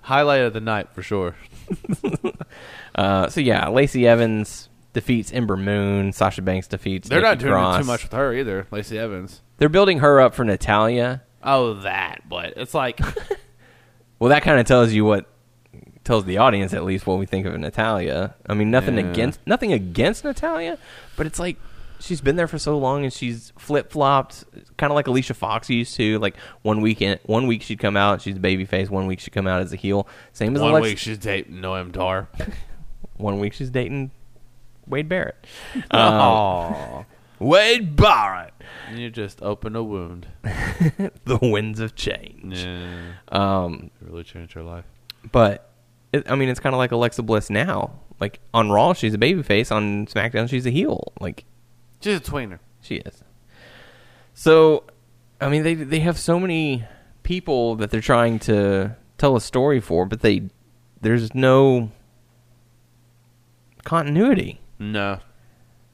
[SPEAKER 4] Highlight of the night for sure.
[SPEAKER 3] Uh, so yeah, Lacey Evans defeats Ember Moon. Sasha Banks defeats.
[SPEAKER 4] They're not
[SPEAKER 3] Nikki
[SPEAKER 4] doing
[SPEAKER 3] Cross.
[SPEAKER 4] too much with her either, Lacey Evans.
[SPEAKER 3] They're building her up for Natalia.
[SPEAKER 4] Oh, that, but it's like
[SPEAKER 3] Well, that kind of tells you what tells the audience at least what we think of Natalia. I mean, nothing
[SPEAKER 4] Yeah.
[SPEAKER 3] against nothing against Natalia, but it's like she's been there for so long and she's flip flopped, kind of like Alicia Fox used to. Like one weekend, one week she'd come out and she's a baby face, one week she'd come out as a heel. Same as
[SPEAKER 4] one
[SPEAKER 3] Alexa.
[SPEAKER 4] week she's dating Noam Dar.
[SPEAKER 3] one week she's dating Wade Barrett.
[SPEAKER 4] Oh,
[SPEAKER 3] Wade Barrett,
[SPEAKER 4] you just open a wound.
[SPEAKER 3] the winds of change.
[SPEAKER 4] Yeah.
[SPEAKER 3] Um,
[SPEAKER 4] really changed her life.
[SPEAKER 3] But it, I mean, it's kind of like Alexa Bliss now. Like on Raw, she's a babyface. On SmackDown, she's a heel. Like
[SPEAKER 4] She's a tweener.
[SPEAKER 3] she is. So, I mean, they they have so many people that they're trying to tell a story for, but they there's no continuity.
[SPEAKER 4] No.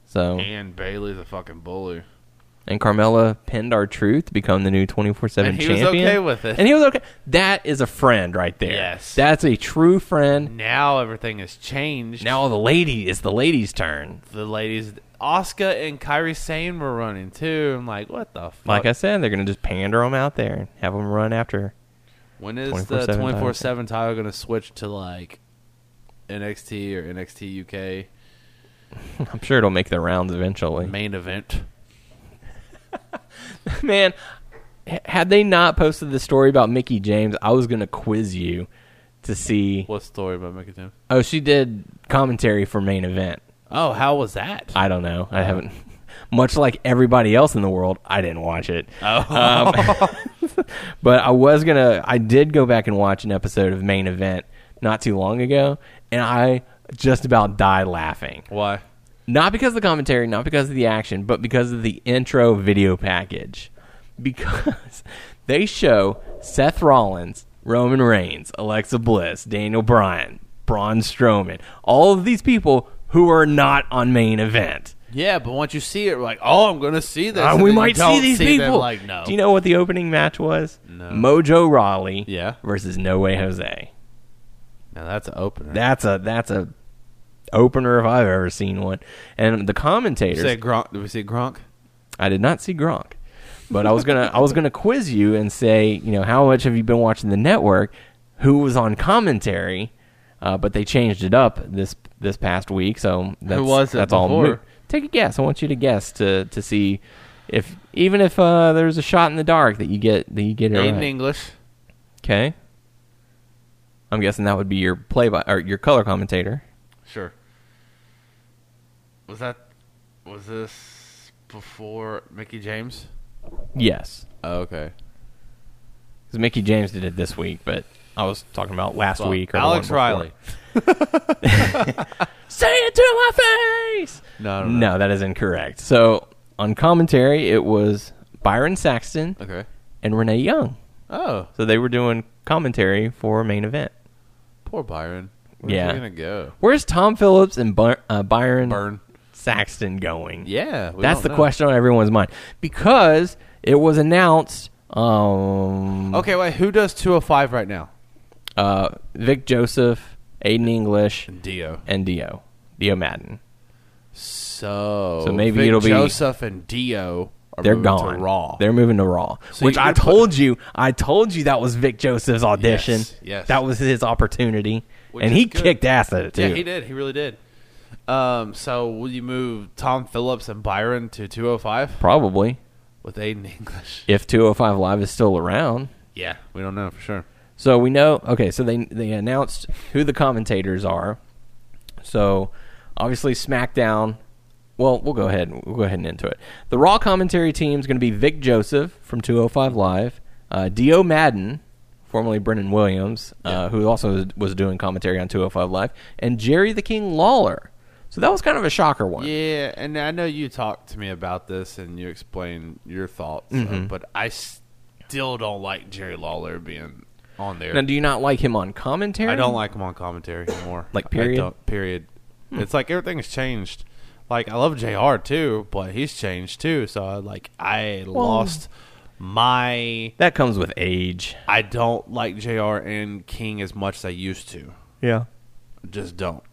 [SPEAKER 3] So,
[SPEAKER 4] And Bailey's a fucking bully.
[SPEAKER 3] and Carmella pinned our truth to become the new twenty four seven
[SPEAKER 4] And he was
[SPEAKER 3] champion.
[SPEAKER 4] okay with it.
[SPEAKER 3] and he was okay. That is a friend right there.
[SPEAKER 4] Yes.
[SPEAKER 3] that's a true friend.
[SPEAKER 4] Now everything has changed.
[SPEAKER 3] Now the lady is the lady's turn.
[SPEAKER 4] the ladies Oscar and Kyrie Sane were running too. I'm like, what the fuck?
[SPEAKER 3] Like uh, I said, they're going to just pander them out there and have them run after.
[SPEAKER 4] when is the
[SPEAKER 3] 24/7
[SPEAKER 4] twenty four seven title going to switch to like NXT or NXT UK?
[SPEAKER 3] I'm sure it'll make the rounds eventually.
[SPEAKER 4] main event.
[SPEAKER 3] Man, h- had they not posted the story about Mickey James, I was going to quiz you to see.
[SPEAKER 4] What story about Mickey James?
[SPEAKER 3] Oh, she did commentary for main event.
[SPEAKER 4] Oh, how was that?
[SPEAKER 3] I don't know. I haven't. Much like everybody else in the world, I didn't watch it.
[SPEAKER 4] Oh.
[SPEAKER 3] Um, but I was gonna. I did go back and watch an episode of Main Event not too long ago, and I just about died laughing.
[SPEAKER 4] Why?
[SPEAKER 3] Not because of the commentary, not because of the action, but because of the intro video package. Because they show Seth Rollins, Roman Reigns, Alexa Bliss, Daniel Bryan, Braun Strowman, all of these people who are not on main event.
[SPEAKER 4] Yeah, but once you see it, like, oh, I'm gonna see this.
[SPEAKER 3] Uh,
[SPEAKER 4] and
[SPEAKER 3] we
[SPEAKER 4] then you
[SPEAKER 3] might see
[SPEAKER 4] don't
[SPEAKER 3] these
[SPEAKER 4] them,
[SPEAKER 3] people.
[SPEAKER 4] like, no.
[SPEAKER 3] Do you know what the opening match was?
[SPEAKER 4] No.
[SPEAKER 3] Mojo Rawley
[SPEAKER 4] Yeah.
[SPEAKER 3] versus No Way Jose.
[SPEAKER 4] Now that's an opener.
[SPEAKER 3] That's a that's a opener if I've ever seen one. And the
[SPEAKER 4] you
[SPEAKER 3] commentators
[SPEAKER 4] say Gronk? Did we see Gronk?
[SPEAKER 3] I did not see Gronk, but I was gonna I was gonna quiz you and say you know how much have you been watching the network? Who was on commentary? Uh, but they changed it up this this past week, so that's,
[SPEAKER 4] was it
[SPEAKER 3] that's all.
[SPEAKER 4] before?
[SPEAKER 3] moot. Take a guess. I want you to guess to to see if even if uh, there's a shot in the dark that you get that you get it
[SPEAKER 4] Aiden
[SPEAKER 3] right.
[SPEAKER 4] English.
[SPEAKER 3] Okay. I'm guessing that would be your play by or your color commentator.
[SPEAKER 4] Sure. Was that? Was this before Mickey James?
[SPEAKER 3] Yes,
[SPEAKER 4] Oh, okay.
[SPEAKER 3] because Mickey James did it this week, but I was talking about last
[SPEAKER 4] Well,
[SPEAKER 3] week. Or the one
[SPEAKER 4] Alex
[SPEAKER 3] before.
[SPEAKER 4] Riley.
[SPEAKER 3] Say it to my face.
[SPEAKER 4] No, no, no.
[SPEAKER 3] No, that is incorrect. So on commentary, it was Byron Saxton
[SPEAKER 4] Okay.
[SPEAKER 3] and Renee Young.
[SPEAKER 4] Oh,
[SPEAKER 3] So they were doing commentary for main event.
[SPEAKER 4] poor Byron. Where's
[SPEAKER 3] Yeah.
[SPEAKER 4] he gonna go?
[SPEAKER 3] Where's Tom Phillips and Bar- uh, Byron
[SPEAKER 4] Burn.
[SPEAKER 3] Saxton going?
[SPEAKER 4] Yeah, we
[SPEAKER 3] that's
[SPEAKER 4] don't
[SPEAKER 3] the
[SPEAKER 4] know.
[SPEAKER 3] question on everyone's mind because it was announced. Um,
[SPEAKER 4] Okay, wait. Who does 205 right now?
[SPEAKER 3] uh, Vic Joseph, Aiden English,
[SPEAKER 4] Dio.
[SPEAKER 3] and Dio, Dio Madden.
[SPEAKER 4] So,
[SPEAKER 3] So maybe
[SPEAKER 4] Vic
[SPEAKER 3] it'll be-
[SPEAKER 4] Joseph and Dio. Are
[SPEAKER 3] They're
[SPEAKER 4] moving to
[SPEAKER 3] gone.
[SPEAKER 4] Raw.
[SPEAKER 3] They're moving to Raw.
[SPEAKER 4] So
[SPEAKER 3] which
[SPEAKER 4] you-
[SPEAKER 3] I
[SPEAKER 4] you're put-
[SPEAKER 3] told you, I told you that was Vic Joseph's audition.
[SPEAKER 4] Yes, yes.
[SPEAKER 3] That was his opportunity.
[SPEAKER 4] Which
[SPEAKER 3] and
[SPEAKER 4] is
[SPEAKER 3] he
[SPEAKER 4] good.
[SPEAKER 3] kicked ass at it too.
[SPEAKER 4] Yeah, he did. He really did. Um, so will you move Tom Phillips and Byron to 205
[SPEAKER 3] Probably.
[SPEAKER 4] with Aiden English?
[SPEAKER 3] If 205 Live is still around.
[SPEAKER 4] Yeah, we don't know for sure.
[SPEAKER 3] So we know okay, so they they announced who the commentators are. So obviously SmackDown well, we'll go ahead. We'll go ahead and into it. The Raw commentary team is going to be Vic Joseph from 205 Live, uh, Dio Madden, formerly Brennan Williams, uh, who also was doing commentary on 205 Live, and Jerry the King Lawler. So that was kind of a shocker one.
[SPEAKER 4] Yeah, and I know you talked to me about this and you explained your thoughts, uh, but I still don't like Jerry Lawler being on there.
[SPEAKER 3] Now, do you not like him on commentary?
[SPEAKER 4] I don't like him on commentary anymore.
[SPEAKER 3] Like,
[SPEAKER 4] I
[SPEAKER 3] period? Hmm.
[SPEAKER 4] don't- period. It's like everything's changed. Like I love Jr. too, but he's changed too. So I like I lost my
[SPEAKER 3] that. Comes with age.
[SPEAKER 4] I don't like JR and King as much as I used to.
[SPEAKER 3] Yeah.
[SPEAKER 4] Just don't.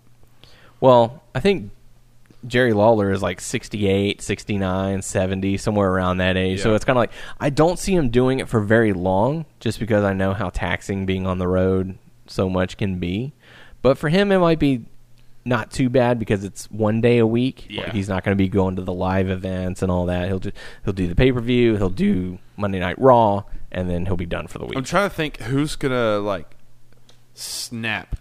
[SPEAKER 3] Well, I think Jerry Lawler is like 68, 69, 70, somewhere around that age. So
[SPEAKER 4] Yeah.
[SPEAKER 3] it's kind of like I don't see him doing it for very long just because I know how taxing being on the road so much can be. But for him, it might be not too bad because it's one day a week.
[SPEAKER 4] Yeah.
[SPEAKER 3] Like, He's not going to be going to the live events and all that. He'll do, he'll do the pay per view, he'll do Monday Night Raw, and then he'll be done for the week.
[SPEAKER 4] I'm trying to think who's gonna like snap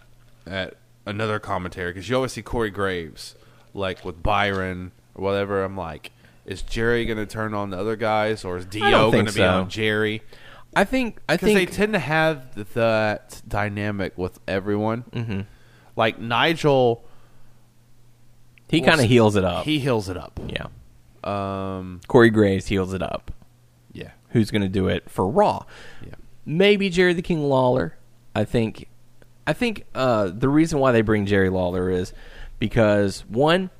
[SPEAKER 4] at another commentator because you always see Corey Graves like with Byron or whatever. I'm like, is Jerry gonna turn on the other guys or is Dio
[SPEAKER 3] think
[SPEAKER 4] gonna be
[SPEAKER 3] so.
[SPEAKER 4] on Jerry?
[SPEAKER 3] I think I
[SPEAKER 4] Because they
[SPEAKER 3] think
[SPEAKER 4] tend to have th- that dynamic with everyone. Mm-hmm. Like Nigel,
[SPEAKER 3] he kind of heals it up.
[SPEAKER 4] he heals it up.
[SPEAKER 3] yeah,
[SPEAKER 4] Um,
[SPEAKER 3] Corey Graves heals it up.
[SPEAKER 4] yeah,
[SPEAKER 3] who's going to do it for Raw.
[SPEAKER 4] yeah.
[SPEAKER 3] Maybe Jerry the King Lawler. I think. I think uh, the reason why they bring Jerry Lawler is because one,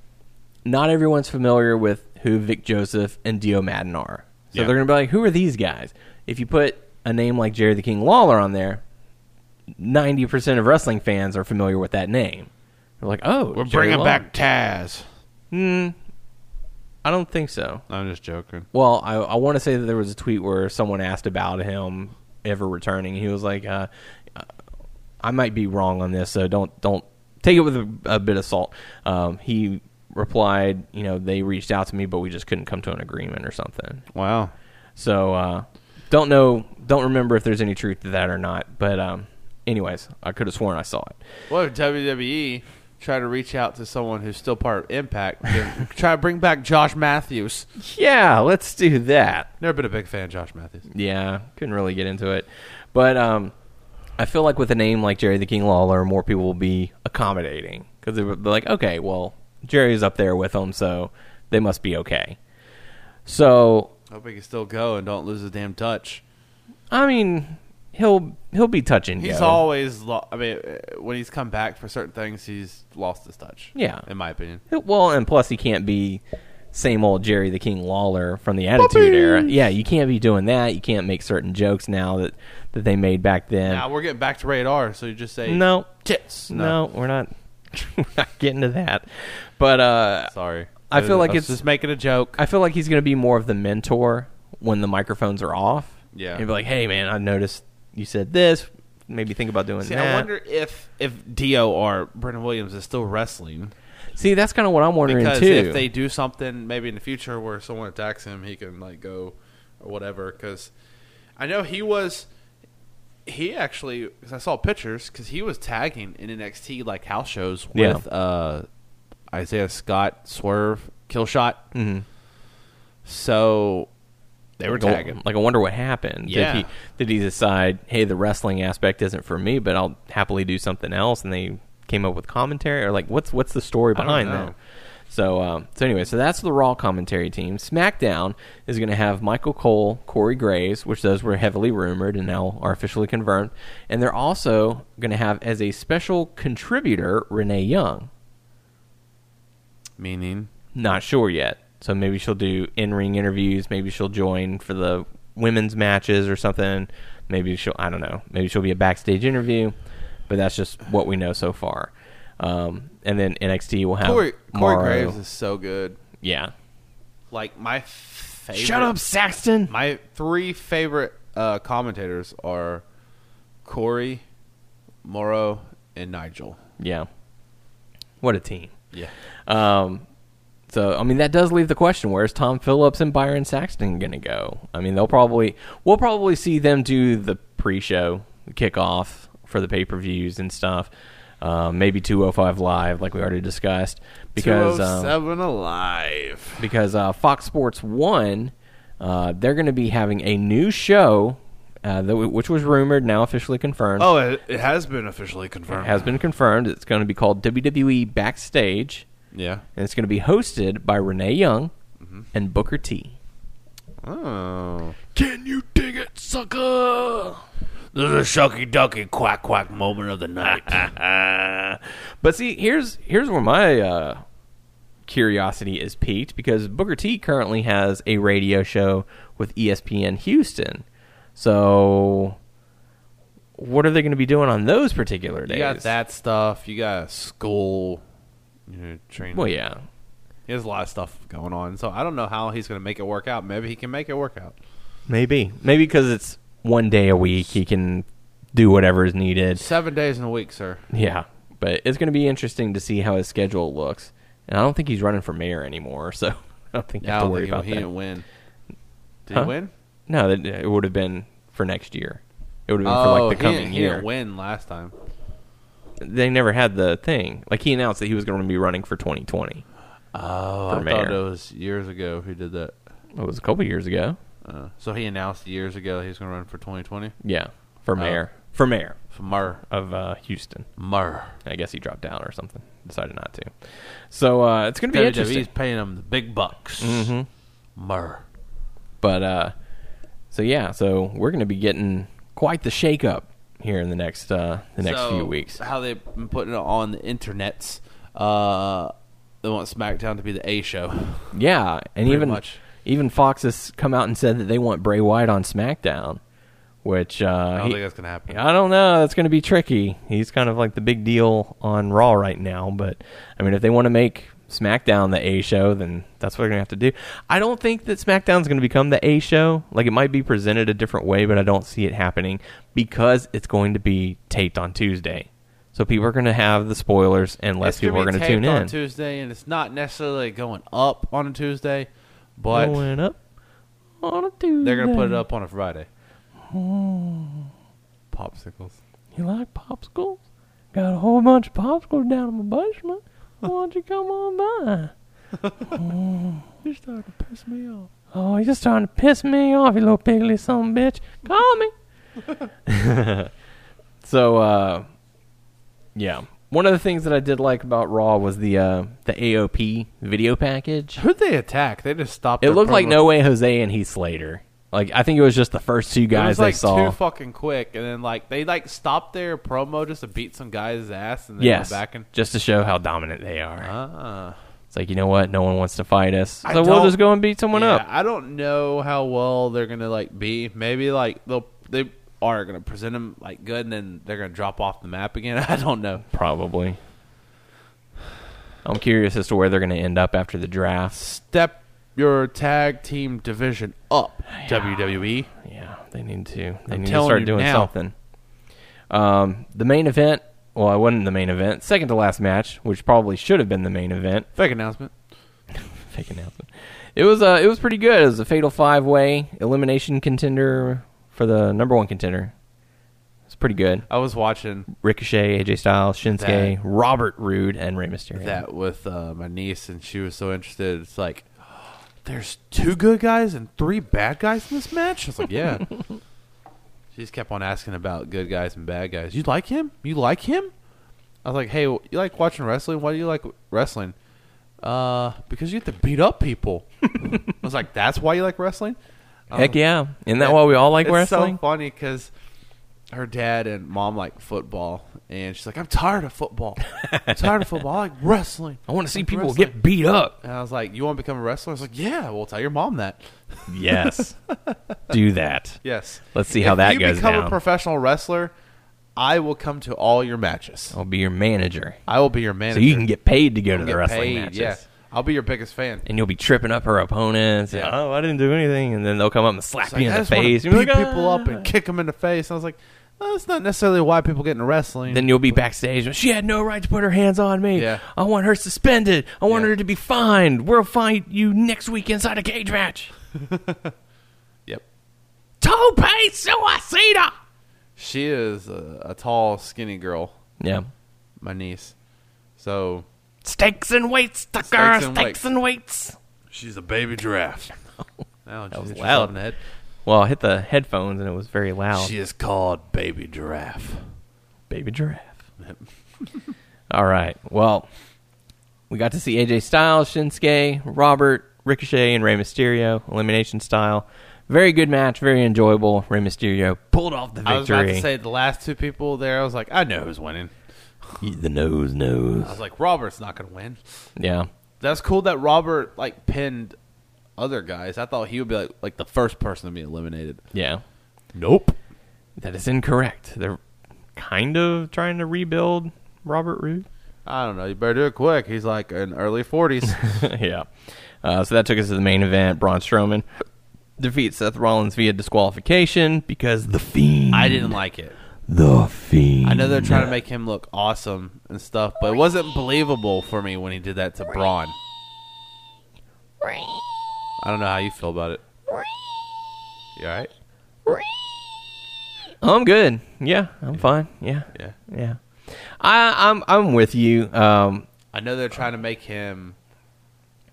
[SPEAKER 3] not everyone's familiar with who Vic Joseph and Dio Madden are, so
[SPEAKER 4] Yeah.
[SPEAKER 3] they're going to be like, "Who are these guys?" If you put a name like Jerry the King Lawler on there, ninety percent of wrestling fans are familiar with that name. They're like, "Oh,
[SPEAKER 4] We're
[SPEAKER 3] Jerry
[SPEAKER 4] bringing
[SPEAKER 3] Lawler."
[SPEAKER 4] back Taz.
[SPEAKER 3] I don't think so.
[SPEAKER 4] I'm just joking.
[SPEAKER 3] Well, I, I want to say that there was a tweet where someone asked about him ever returning. He was like, uh, "I might be wrong on this, so don't don't take it with a, a bit of salt." Um, he replied, "You know, they reached out to me, but we just couldn't come to an agreement or something."
[SPEAKER 4] Wow.
[SPEAKER 3] So uh, don't know, don't remember if there's any truth to that or not. But um, anyways, I could have sworn I saw it.
[SPEAKER 4] What if WWE try E to reach out to someone who's still part of Impact? then try to bring back Josh Matthews.
[SPEAKER 3] Yeah, let's do that.
[SPEAKER 4] Never been a big fan of Josh Matthews.
[SPEAKER 3] Yeah, couldn't really get into it, but um, I feel like with a name like Jerry the King Lawler, more people will be accommodating because they're like, okay, well, Jerry's up there with them, so they must be okay. So
[SPEAKER 4] Hope he can still go and don't lose his damn touch.
[SPEAKER 3] I mean, he'll he'll be touching.
[SPEAKER 4] He's
[SPEAKER 3] go.
[SPEAKER 4] always, lo- I mean, uh, when he's come back for certain things, he's lost his touch.
[SPEAKER 3] Yeah.
[SPEAKER 4] in my opinion.
[SPEAKER 3] He'll- well, and plus he can't be same old Jerry the King Lawler from the Attitude Era. Yeah, you can't be doing that. You can't make certain jokes now that that they made back then.
[SPEAKER 4] Now we're getting back to radar, so you just say
[SPEAKER 3] No.
[SPEAKER 4] tits.
[SPEAKER 3] No, we're not. we're not getting to that. But uh,
[SPEAKER 4] sorry.
[SPEAKER 3] I feel like
[SPEAKER 4] was
[SPEAKER 3] it's-
[SPEAKER 4] just making a joke.
[SPEAKER 3] I feel like he's going to be more of the mentor when the microphones are off.
[SPEAKER 4] Yeah.
[SPEAKER 3] and be like, "Hey, man, I noticed you said this. Maybe think about doing
[SPEAKER 4] See,
[SPEAKER 3] that."
[SPEAKER 4] I wonder if if Dio or Brendan Williams is still wrestling
[SPEAKER 3] See, that's kind of what I'm wondering
[SPEAKER 4] because
[SPEAKER 3] too.
[SPEAKER 4] if they do something maybe in the future where someone attacks him, he can like go or whatever. Because I know he was he actually because I saw pictures because he was tagging in NXT like house shows
[SPEAKER 3] Yeah.
[SPEAKER 4] with uh, Isaiah Scott, Swerve, Killshot.
[SPEAKER 3] Mhm.
[SPEAKER 4] So they were
[SPEAKER 3] like, I-
[SPEAKER 4] tagging.
[SPEAKER 3] like, I wonder what happened.
[SPEAKER 4] Yeah.
[SPEAKER 3] Did he did he decide, hey, the wrestling aspect isn't for me, but I'll happily do something else? And they came up with commentary, or like, what's what's the story
[SPEAKER 4] don't
[SPEAKER 3] behind
[SPEAKER 4] know.
[SPEAKER 3] that? So um, so anyway, so that's the Raw commentary team. SmackDown is going to have Michael Cole, Corey Graves, which those were heavily rumored and now are officially confirmed, and they're also going to have as a special contributor Renee Young.
[SPEAKER 4] Meaning,
[SPEAKER 3] Not sure yet. So maybe she'll do in ring interviews. Maybe she'll join for the women's matches or something. Maybe she'll, I don't know. Maybe she'll be a backstage interview. But that's just what we know so far. Um, and then NXT will have
[SPEAKER 4] Corey, Corey
[SPEAKER 3] Morrow.
[SPEAKER 4] Graves is so good.
[SPEAKER 3] Yeah.
[SPEAKER 4] Like my favorite.
[SPEAKER 3] Shut up, Saxton.
[SPEAKER 4] My three favorite uh, commentators are Corey, Morrow, and Nigel.
[SPEAKER 3] Yeah. What a team.
[SPEAKER 4] Yeah.
[SPEAKER 3] Um, so I mean that does leave the question: Where's Tom Phillips and Byron Saxton going to go? I mean they'll probably we'll probably see them do the pre-show the kickoff for the pay-per-views and stuff. Um, maybe 205 live, like we already discussed, because um,
[SPEAKER 4] 207 Alive.
[SPEAKER 3] because uh, Fox Sports One, uh, they're going to be having a new show, uh, that, which was rumored, now officially confirmed.
[SPEAKER 4] Oh, it, it has been officially confirmed.
[SPEAKER 3] It has been confirmed. It's going to be called WWE Backstage
[SPEAKER 4] Yeah.
[SPEAKER 3] and it's going to be hosted by Renee Young
[SPEAKER 4] Mm-hmm.
[SPEAKER 3] and Booker T.
[SPEAKER 4] Oh.
[SPEAKER 5] Can you dig it, sucker? This is a shucky ducky quack quack moment of the night.
[SPEAKER 3] But see, here's here's where my uh, curiosity is piqued because Booker T currently has a radio show with E ESPN Houston. So, what are they going to be doing on those particular days?
[SPEAKER 4] You got that stuff. You got school. You know, training.
[SPEAKER 3] Well, yeah.
[SPEAKER 4] He has a lot of stuff going on. So I don't know how he's going to make it work out. Maybe he can make it work out.
[SPEAKER 3] Maybe. Maybe because it's one day a week, he can do whatever is needed.
[SPEAKER 4] Seven days in a week, sir.
[SPEAKER 3] Yeah, but it's going to be interesting to see how his schedule looks. And I don't think he's running for mayor anymore, so I don't think you
[SPEAKER 4] Yeah, I
[SPEAKER 3] have to
[SPEAKER 4] don't
[SPEAKER 3] worry
[SPEAKER 4] think
[SPEAKER 3] about
[SPEAKER 4] he, he didn't
[SPEAKER 3] that.
[SPEAKER 4] win. Did
[SPEAKER 3] Huh?
[SPEAKER 4] he win?
[SPEAKER 3] No, that, it would have been for next year. It would have been for
[SPEAKER 4] Oh,
[SPEAKER 3] like
[SPEAKER 4] he
[SPEAKER 3] the coming
[SPEAKER 4] didn't- he
[SPEAKER 3] year.
[SPEAKER 4] didn't win last time.
[SPEAKER 3] They never had the thing. Like he announced that he was going to be running for 2020.
[SPEAKER 4] Oh,
[SPEAKER 3] for
[SPEAKER 4] I
[SPEAKER 3] mayor.
[SPEAKER 4] thought it was years ago who did that.
[SPEAKER 3] It was a couple years ago.
[SPEAKER 4] Uh, so he announced years ago he was going to run for 2020
[SPEAKER 3] Yeah, for
[SPEAKER 4] Oh.
[SPEAKER 3] mayor. For mayor
[SPEAKER 4] for Mur.
[SPEAKER 3] of uh, Houston.
[SPEAKER 4] Mur.
[SPEAKER 3] I guess he dropped out or something. Decided not to. So uh, it's going to be interesting.
[SPEAKER 4] WWE's paying him the big bucks. Mm-hmm. Mur.
[SPEAKER 3] But uh, so yeah, so we're going to be getting quite the shakeup here in the next uh, the next
[SPEAKER 4] So,
[SPEAKER 3] few weeks.
[SPEAKER 4] How they've been putting it on the internets. Uh, they want SmackDown to be the A show.
[SPEAKER 3] Yeah, and even
[SPEAKER 4] much.
[SPEAKER 3] even Fox has come out and said that they want Bray Wyatt on SmackDown, which uh,
[SPEAKER 4] I don't
[SPEAKER 3] he-
[SPEAKER 4] think that's going to happen.
[SPEAKER 3] I don't know. That's going to be tricky. He's kind of like the big deal on Raw right now, but I mean, if they want to make SmackDown the A show, then that's what they're gonna have to do. I don't think that SmackDown's gonna become the A show. Like it might be presented a different way, but I don't see it happening because it's going to be taped on Tuesday. So people are gonna have the spoilers, and less
[SPEAKER 4] It's
[SPEAKER 3] people are
[SPEAKER 4] be
[SPEAKER 3] gonna
[SPEAKER 4] taped
[SPEAKER 3] tune
[SPEAKER 4] on
[SPEAKER 3] in.
[SPEAKER 4] Tuesday, and it's not necessarily going up on a Tuesday, but
[SPEAKER 3] Going up on a Tuesday.
[SPEAKER 4] they're gonna put it up on a Friday.
[SPEAKER 3] Oh.
[SPEAKER 4] Popsicles.
[SPEAKER 3] You like popsicles? Got a whole bunch of popsicles down in my basement. Why don't you come on by?
[SPEAKER 4] You're starting to piss me off.
[SPEAKER 3] Oh, you're just trying to piss me off, you little piggly son of a bitch. Call me. so, uh, yeah. One of the things that I did like about Raw was the uh, the AOP video package.
[SPEAKER 4] Who'd they attack? They just stopped.
[SPEAKER 3] It
[SPEAKER 4] their
[SPEAKER 3] looked like
[SPEAKER 4] promo.
[SPEAKER 3] No Way Jose and Heath Slater. Like I think it was just the first two
[SPEAKER 4] It
[SPEAKER 3] guys
[SPEAKER 4] was like
[SPEAKER 3] they saw.
[SPEAKER 4] too fucking quick, and then like they like stopped their promo just to beat some guy's ass, and then
[SPEAKER 3] yes,
[SPEAKER 4] went back and
[SPEAKER 3] just to show how dominant they are.
[SPEAKER 4] ah.
[SPEAKER 3] It's like you know what? No one wants to fight us,
[SPEAKER 4] I
[SPEAKER 3] so we'll
[SPEAKER 4] don't-
[SPEAKER 3] just go and beat someone
[SPEAKER 4] Yeah,
[SPEAKER 3] up.
[SPEAKER 4] I don't know how well they're gonna like be. Maybe like they'll they are gonna present them like good, and then they're gonna drop off the map again. I don't know.
[SPEAKER 3] Probably. I'm curious as to where they're going to end up after the draft.
[SPEAKER 4] Step your tag team division up, E. WWE.
[SPEAKER 3] Yeah, they need to. They
[SPEAKER 4] I'm
[SPEAKER 3] need to
[SPEAKER 4] telling
[SPEAKER 3] start
[SPEAKER 4] you
[SPEAKER 3] doing
[SPEAKER 4] now.
[SPEAKER 3] something. Um, the main event. Well, it wasn't the main event. Second to last match, which probably should have been the main event.
[SPEAKER 4] Fake announcement.
[SPEAKER 3] Fake announcement. It was. Uh, it was pretty good. It was a fatal five way elimination contender for the number one contender. It's pretty good.
[SPEAKER 4] I was watching
[SPEAKER 3] Ricochet, AJ Styles, Shinsuke,
[SPEAKER 4] That-
[SPEAKER 3] Robert Roode, and Rey Mysterio.
[SPEAKER 4] that with uh, my niece, and she was so interested. It's like there's two good guys and three bad guys in this match. I was like, yeah. she just kept on asking about good guys and bad guys. You like him? You like him? I was like, hey, you like watching wrestling? Why do you like wrestling? Uh, because you get to beat up people. I was like, that's why you like wrestling.
[SPEAKER 3] Heck yeah! Isn't that
[SPEAKER 4] Yeah.
[SPEAKER 3] why we all like
[SPEAKER 4] um, it's
[SPEAKER 3] wrestling?
[SPEAKER 4] so funny because her dad and mom like football, and she's like, "I'm tired of football. I'm tired of football. I like wrestling.
[SPEAKER 3] I want to see
[SPEAKER 4] Like
[SPEAKER 3] people
[SPEAKER 4] wrestling."
[SPEAKER 3] get beat up.
[SPEAKER 4] And I was like, "You want to become a wrestler?" I was like, "Yeah, well, tell your mom that."
[SPEAKER 3] Yes, do that.
[SPEAKER 4] Yes.
[SPEAKER 3] Let's see how that
[SPEAKER 4] you
[SPEAKER 3] goes
[SPEAKER 4] become
[SPEAKER 3] down.
[SPEAKER 4] a professional wrestler, I will come to all your matches.
[SPEAKER 3] I'll be your manager.
[SPEAKER 4] I will be your manager.
[SPEAKER 3] Oh. So you can get paid to go to
[SPEAKER 4] I'll
[SPEAKER 3] the
[SPEAKER 4] get
[SPEAKER 3] wrestling
[SPEAKER 4] paid,
[SPEAKER 3] matches.
[SPEAKER 4] Yeah, I'll be your biggest fan.
[SPEAKER 3] And you'll be tripping up her opponents. and,
[SPEAKER 4] Yeah.
[SPEAKER 3] oh, I didn't do anything. And then they'll come up and slap
[SPEAKER 4] It's like,
[SPEAKER 3] you in
[SPEAKER 4] I
[SPEAKER 3] the
[SPEAKER 4] just wanna
[SPEAKER 3] face.
[SPEAKER 4] beat
[SPEAKER 3] You'll be like,
[SPEAKER 4] people up
[SPEAKER 3] "Ah."
[SPEAKER 4] and kick them in the face. And I was like, "No, that's not necessarily why people get into wrestling.
[SPEAKER 3] Then you'll be backstage. She had no right to put her hands on me.
[SPEAKER 4] Yeah.
[SPEAKER 3] I want her suspended. I want
[SPEAKER 4] Yeah.
[SPEAKER 3] her to be fined. We'll fight you next week inside a cage match.
[SPEAKER 4] yep.
[SPEAKER 3] Tope suicida.
[SPEAKER 4] She is a, a tall, skinny girl,
[SPEAKER 3] Yeah.
[SPEAKER 4] my niece. So
[SPEAKER 3] Stakes and weights, Tucker.
[SPEAKER 4] Stakes
[SPEAKER 3] Stakes
[SPEAKER 4] and
[SPEAKER 3] and,
[SPEAKER 4] weights.
[SPEAKER 3] weights.
[SPEAKER 5] She's a baby giraffe.
[SPEAKER 4] now that
[SPEAKER 3] was loud.
[SPEAKER 4] In the head.
[SPEAKER 3] Well, I hit the headphones and it was very loud.
[SPEAKER 5] She is called baby giraffe.
[SPEAKER 3] baby giraffe. All right. Well, we got to see AJ Styles, Shinsuke, Robert, Ricochet, and Rey Mysterio, elimination style. Very good match, very enjoyable. Rey Mysterio pulled off the victory.
[SPEAKER 4] I was about to say the last two people there. I was like, I know who's winning.
[SPEAKER 3] the nose,
[SPEAKER 4] I
[SPEAKER 3] nose.
[SPEAKER 4] was like, Robert's not going to win.
[SPEAKER 3] Yeah,
[SPEAKER 4] That's cool that Robert like pinned other guys. I thought he would be like like the first person to be eliminated.
[SPEAKER 3] yeah.
[SPEAKER 4] Nope.
[SPEAKER 3] That is incorrect. They're kind of trying to rebuild Robert Roode.
[SPEAKER 4] I don't know. You better do it quick. He's like in early forties.
[SPEAKER 3] yeah. Uh, so that took us to the main event. Braun Strowman defeats Seth Rollins via disqualification because the Fiend.
[SPEAKER 4] I didn't like it.
[SPEAKER 2] The Fiend.
[SPEAKER 4] I know they're trying to make him look awesome and stuff, but it wasn't believable for me when he did that to Braun. I don't know how you feel about it. You all right?
[SPEAKER 3] I'm good. Yeah, I'm fine. Yeah,
[SPEAKER 4] Yeah.
[SPEAKER 3] yeah. I, I'm I'm with you. Um,
[SPEAKER 4] I know they're trying to make him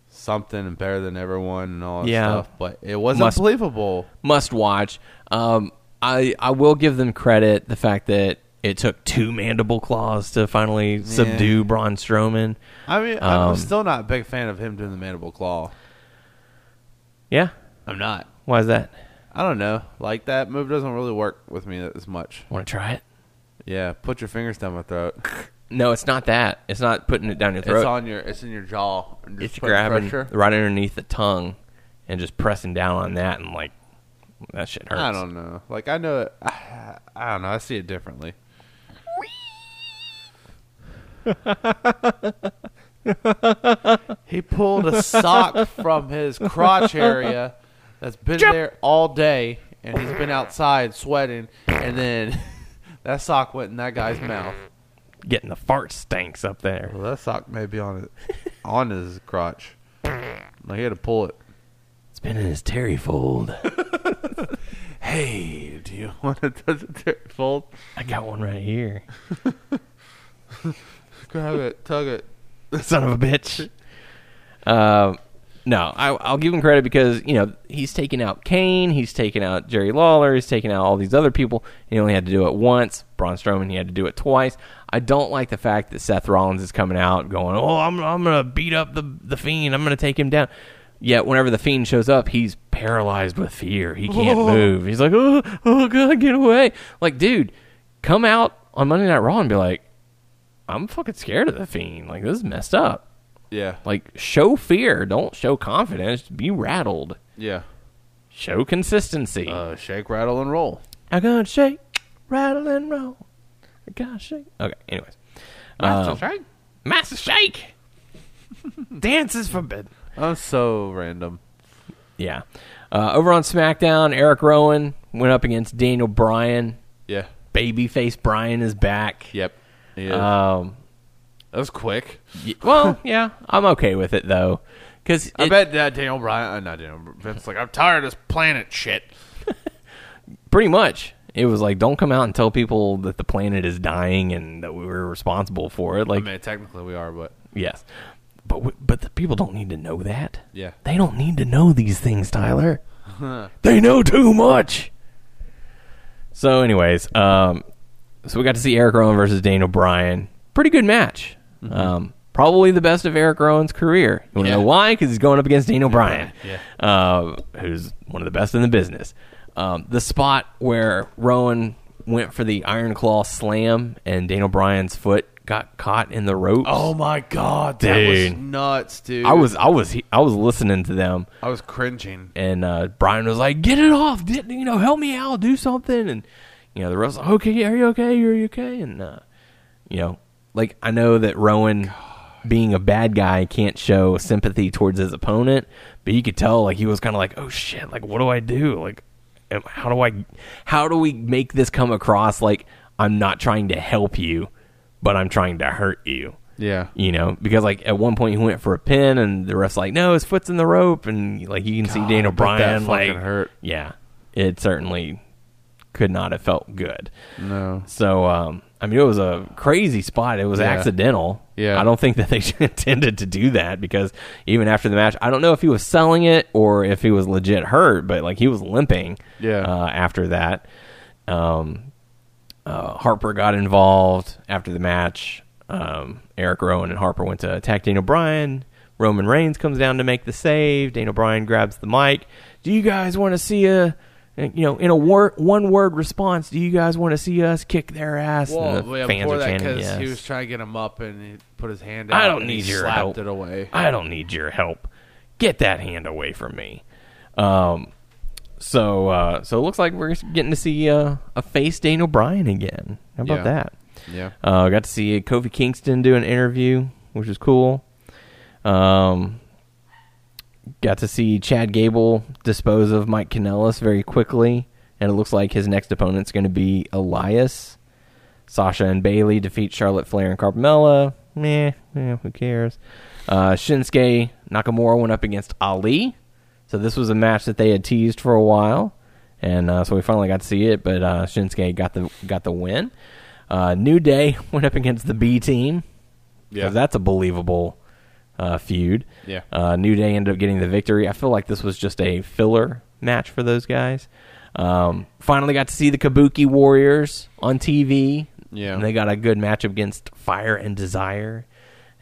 [SPEAKER 4] something and better than everyone and all that
[SPEAKER 3] Yeah.
[SPEAKER 4] stuff, but it wasn't
[SPEAKER 3] Must-
[SPEAKER 4] believable.
[SPEAKER 3] must watch. Um, I I will give them credit the fact that it took two mandible claws to finally subdue Braun Strowman.
[SPEAKER 4] I mean,
[SPEAKER 3] Um,
[SPEAKER 4] I'm still not a big fan of him doing the mandible claw.
[SPEAKER 3] Yeah,
[SPEAKER 4] I'm not.
[SPEAKER 3] why is that?
[SPEAKER 4] I don't know. Like that move doesn't really work with me as much.
[SPEAKER 3] Want to try it?
[SPEAKER 4] Yeah, put your fingers down my throat.
[SPEAKER 3] No, it's not that. It's not putting it down your throat.
[SPEAKER 4] It's on your. It's in your jaw. and just
[SPEAKER 3] it's
[SPEAKER 4] putting
[SPEAKER 3] grabbing
[SPEAKER 4] pressure.
[SPEAKER 3] right underneath the tongue and just pressing down on that and like that shit hurts.
[SPEAKER 4] I don't know. Like I know. It, I, I don't know. I see it differently. He pulled a sock from his crotch area that's been there all day, and he's been outside sweating, and then that sock went in that guy's mouth.
[SPEAKER 3] Getting the fart stinks up there.
[SPEAKER 4] Well, that sock may be on it, on his crotch. Like he had to pull it.
[SPEAKER 3] It's been in his terry fold.
[SPEAKER 4] Hey, do you want to touch the dirt fold?
[SPEAKER 3] I got one right here.
[SPEAKER 4] Grab it, tug it.
[SPEAKER 3] Son of a bitch. Um, no, I, I'll give him credit because you know he's taken out Kane, he's taken out Jerry Lawler, he's taken out all these other people. He only had to do it once. Braun Strowman, he had to do it twice. I don't like the fact that Seth Rollins is coming out going, "Oh, I'm I'm gonna beat up the the Fiend. I'm gonna take him down." Yet whenever the Fiend shows up, he's paralyzed with fear. He can't move. He's like, "Oh, oh God, get away!" Like, dude, come out on Monday Night Raw and be like, "I'm fucking scared of the Fiend. Like, this is messed up."
[SPEAKER 4] Yeah,
[SPEAKER 3] Like, show fear. Don't show confidence. Be rattled.
[SPEAKER 4] yeah.
[SPEAKER 3] Show consistency.
[SPEAKER 4] Uh, shake, rattle, and roll.
[SPEAKER 3] I gotta shake, rattle, and roll. I gotta shake. Okay, anyways. Um,
[SPEAKER 4] shake.
[SPEAKER 3] Master Shake! Dance is forbidden.
[SPEAKER 4] I'm so random.
[SPEAKER 3] Yeah. Uh, over on SmackDown, Eric Rowan went up against Daniel Bryan.
[SPEAKER 4] Yeah.
[SPEAKER 3] Babyface Bryan is back.
[SPEAKER 4] Yep. Yeah.
[SPEAKER 3] Um,
[SPEAKER 4] that was quick.
[SPEAKER 3] y- well, yeah, I'm okay with it, though. Because
[SPEAKER 4] I bet that Daniel Bryan, uh, not Daniel, Vince, like, I'm tired of this planet shit.
[SPEAKER 3] pretty much it was like don't come out and tell people that the planet is dying and that we were responsible for it like
[SPEAKER 4] I mean, technically we are, but
[SPEAKER 3] yes but we, but the people don't need to know that
[SPEAKER 4] Yeah.
[SPEAKER 3] they don't need to know these things tyler they know too much so anyways um so we got to see eric rowan versus daniel bryan pretty good match um Probably the best of Eric Rowan's career. You want to
[SPEAKER 4] Mm-hmm. Yeah.
[SPEAKER 3] know why? Because he's going up against Daniel Bryan,
[SPEAKER 4] Bryan,
[SPEAKER 3] uh, who's one of the best in the business. Um, the spot where Rowan went for the Iron Claw slam and Daniel Bryan's foot got caught in the ropes.
[SPEAKER 4] Oh my god,
[SPEAKER 3] Dude.
[SPEAKER 4] was nuts, dude.
[SPEAKER 3] I was I was he- I was listening to them,
[SPEAKER 4] I was cringing.
[SPEAKER 3] and uh, Brian was like, "Get it off! Get, you know, help me out, do something." And you know, the ref's like, "Okay, are you okay? Are you okay?" And uh, you know, like I know that Rowan, being a bad guy, can't show sympathy towards his opponent, but you could tell like he was kind of like, "Oh shit! Like, what do I do? Like, am- how do I, how do we make this come across like I'm not trying to help you, but I'm trying to hurt you?"
[SPEAKER 4] Yeah.
[SPEAKER 3] you know, because like at one point he went for a pin and the ref's like, no, his foot's in the rope, and like you can see Daniel
[SPEAKER 4] but that
[SPEAKER 3] Bryan
[SPEAKER 4] fucking
[SPEAKER 3] like,
[SPEAKER 4] hurt.
[SPEAKER 3] yeah, it certainly could not have felt good.
[SPEAKER 4] No.
[SPEAKER 3] So, um, I mean, it was a crazy spot. It was
[SPEAKER 4] Yeah.
[SPEAKER 3] accidental.
[SPEAKER 4] Yeah.
[SPEAKER 3] I don't think that they intended to do that because even after the match, I don't know if he was selling it or if he was legit hurt, but like he was limping.
[SPEAKER 4] Yeah.
[SPEAKER 3] Uh, after that, um, uh, Harper got involved after the match. Um, Eric Rowan and Harper went to attack Daniel Bryan. Roman Reigns comes down to make the save. Daniel Bryan grabs the mic. Do you guys want to see a, you know, in a wor- one word response? Do you guys want to see us kick their ass?
[SPEAKER 4] Well,
[SPEAKER 3] and the
[SPEAKER 4] yeah,
[SPEAKER 3] fans
[SPEAKER 4] before
[SPEAKER 3] are
[SPEAKER 4] that,
[SPEAKER 3] chanting
[SPEAKER 4] because
[SPEAKER 3] yes.
[SPEAKER 4] he was trying to get him up and he put his hand out.
[SPEAKER 3] I don't
[SPEAKER 4] and he
[SPEAKER 3] need your
[SPEAKER 4] slapped
[SPEAKER 3] help.
[SPEAKER 4] it away.
[SPEAKER 3] I don't need your help. Get that hand away from me. Um, so uh, so it looks like we're getting to see uh, a face Daniel Bryan again. How about
[SPEAKER 4] Yeah.
[SPEAKER 3] that?
[SPEAKER 4] Yeah.
[SPEAKER 3] Uh, got to see Kofi Kingston do an interview, which is cool. Um, got to see Chad Gable dispose of Mike Kanellis very quickly, and it looks like his next opponent's going to be Elias. Sasha and Bailey defeat Charlotte Flair and Carmella. Meh, meh who cares? Uh, Shinsuke Nakamura went up against Ali. So this was a match that they had teased for a while, and uh, so we finally got to see it. But uh, Shinsuke got the got the win. Uh, New Day went up against the B Team.
[SPEAKER 4] Yeah.
[SPEAKER 3] 'Cause that's a believable uh, feud.
[SPEAKER 4] Yeah.
[SPEAKER 3] Uh, New Day ended up getting the victory. I feel like this was just a filler match for those guys. Um, finally got to see the Kabuki Warriors on TV.
[SPEAKER 4] Yeah.
[SPEAKER 3] And they got a good match up against Fire and Desire.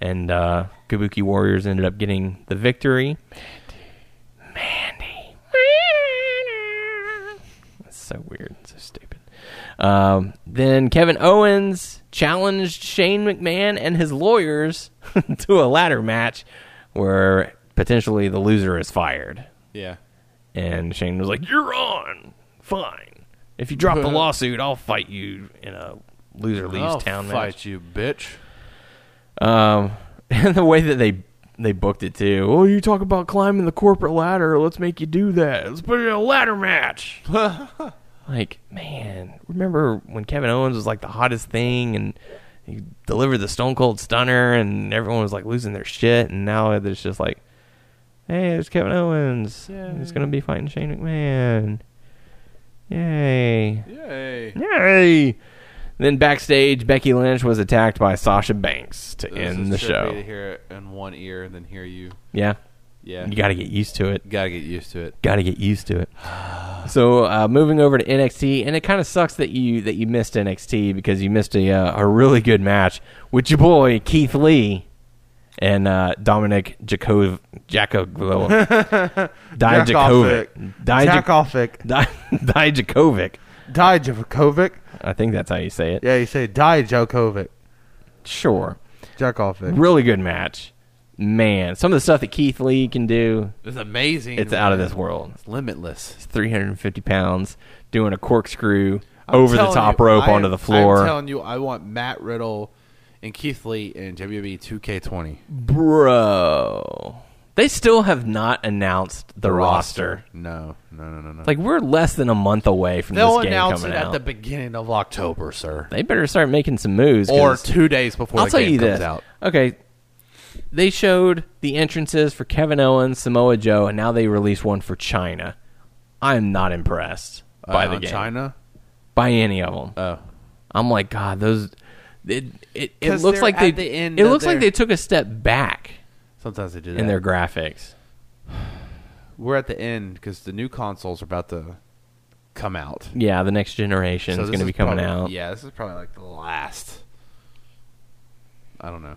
[SPEAKER 3] And uh, Kabuki Warriors ended up getting the victory. Mandy. Mandy. That's so weird. So stupid. Um, then Kevin Owens challenged Shane McMahon and his lawyers to a ladder match where potentially the loser is fired.
[SPEAKER 4] Yeah.
[SPEAKER 3] And Shane was like, You're on. Fine. If you drop the lawsuit, I'll fight you in a loser leaves
[SPEAKER 4] I'll
[SPEAKER 3] town
[SPEAKER 4] fight
[SPEAKER 3] match.
[SPEAKER 4] you, bitch.
[SPEAKER 3] Um, and the way that they they booked it too. Oh, you talk about climbing the corporate ladder. Let's make you do that. Let's put it in a ladder match. like, man, remember when Kevin Owens was like the hottest thing and he delivered the Stone Cold Stunner and everyone was like losing their shit and now it's just like, hey, it's Kevin Owens. He's gonna be fighting Shane McMahon. Yay!
[SPEAKER 4] Yay.
[SPEAKER 3] Yay! Then backstage, Becky Lynch was attacked by Sasha Banks to end the show.
[SPEAKER 4] to hear it in one ear and then hear you.
[SPEAKER 3] Yeah.
[SPEAKER 4] Yeah.
[SPEAKER 3] You got to get used to it.
[SPEAKER 4] gotta get used to it.
[SPEAKER 3] Got to get used to it. So uh, moving over to NXT, and it kind of sucks that you that you missed NXT because you missed a uh, a really good match with your boy Keith Lee and uh, Dominic Jakov Jakov Dijakovic
[SPEAKER 6] Jakovic.
[SPEAKER 3] Dijakovic.
[SPEAKER 6] Dijakovic.
[SPEAKER 3] I think that's how you say it.
[SPEAKER 6] Yeah, you say Dijakovic.
[SPEAKER 3] Sure.
[SPEAKER 6] Jakovic.
[SPEAKER 3] Really good match. Man, some of the stuff that Keith Lee can do,
[SPEAKER 4] It's amazing.
[SPEAKER 3] it's out of this world.
[SPEAKER 4] It's limitless.
[SPEAKER 3] It's 350 pounds doing a corkscrew over the top rope onto the
[SPEAKER 4] I'm
[SPEAKER 3] floor.
[SPEAKER 4] telling you, I want Matt Riddle and Keith Lee in E WWE 2K20.
[SPEAKER 3] Bro. They still have not announced the, roster.
[SPEAKER 4] No, no, no, no, no.
[SPEAKER 3] Like, we're less than a month away from
[SPEAKER 4] They'll
[SPEAKER 3] this game
[SPEAKER 4] announce it
[SPEAKER 3] coming
[SPEAKER 4] at
[SPEAKER 3] out.
[SPEAKER 4] the beginning of October, sir,
[SPEAKER 3] they better start making some moves.
[SPEAKER 4] or
[SPEAKER 3] 'cause-
[SPEAKER 4] two days before
[SPEAKER 3] I'll
[SPEAKER 4] the
[SPEAKER 3] tell
[SPEAKER 4] game
[SPEAKER 3] you
[SPEAKER 4] comes
[SPEAKER 3] this.
[SPEAKER 4] out.
[SPEAKER 3] Okay. They showed the entrances for Kevin Owens, Samoa Joe, and now they released one for China. I'm not impressed by
[SPEAKER 4] Uh,
[SPEAKER 3] the
[SPEAKER 4] on
[SPEAKER 3] game.
[SPEAKER 4] China.
[SPEAKER 3] By any of them.
[SPEAKER 4] Oh,
[SPEAKER 3] I'm like, God, those. It it, it
[SPEAKER 4] 'Cause
[SPEAKER 3] looks
[SPEAKER 4] they're
[SPEAKER 3] like they
[SPEAKER 4] at the end
[SPEAKER 3] it
[SPEAKER 4] of
[SPEAKER 3] looks like
[SPEAKER 4] their-
[SPEAKER 3] they took a step back
[SPEAKER 4] sometimes they do that.
[SPEAKER 3] in their graphics.
[SPEAKER 4] We're at the end because the new consoles are about to come out.
[SPEAKER 3] Yeah, the next generation is
[SPEAKER 4] this
[SPEAKER 3] going to be coming
[SPEAKER 4] probably-
[SPEAKER 3] out.
[SPEAKER 4] Yeah, this is probably like the last. I don't know.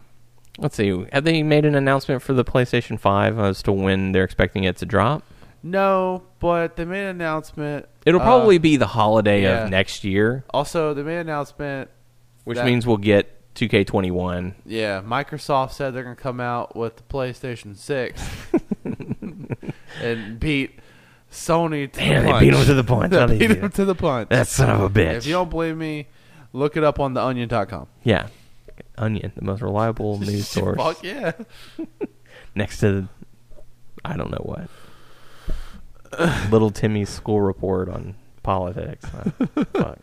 [SPEAKER 3] Let's see, have they made an announcement for the PlayStation Five as to when they're expecting it to drop?
[SPEAKER 4] No, but they made an announcement.
[SPEAKER 3] It'll
[SPEAKER 4] uh,
[SPEAKER 3] probably be the holiday
[SPEAKER 4] yeah.
[SPEAKER 3] of next year,
[SPEAKER 4] also they made an announcement.
[SPEAKER 3] which
[SPEAKER 4] that-
[SPEAKER 3] means we'll get 2K21.
[SPEAKER 4] yeah, Microsoft said they're gonna come out with the PlayStation Six and beat Sony. To
[SPEAKER 3] Damn,
[SPEAKER 4] the
[SPEAKER 3] they
[SPEAKER 4] punch.
[SPEAKER 3] beat 'em to the punch.
[SPEAKER 4] They
[SPEAKER 3] How they
[SPEAKER 4] beat
[SPEAKER 3] do
[SPEAKER 4] 'em
[SPEAKER 3] that?
[SPEAKER 4] to the punch.
[SPEAKER 3] That son of a
[SPEAKER 4] if you
[SPEAKER 3] bitch.
[SPEAKER 4] don't believe me, look it up on theonion.com.
[SPEAKER 3] Yeah, Onion, the most reliable news source,
[SPEAKER 4] Fuck yeah.
[SPEAKER 3] next to I don't know what. Little Timmy's school report on politics. Uh, fuck.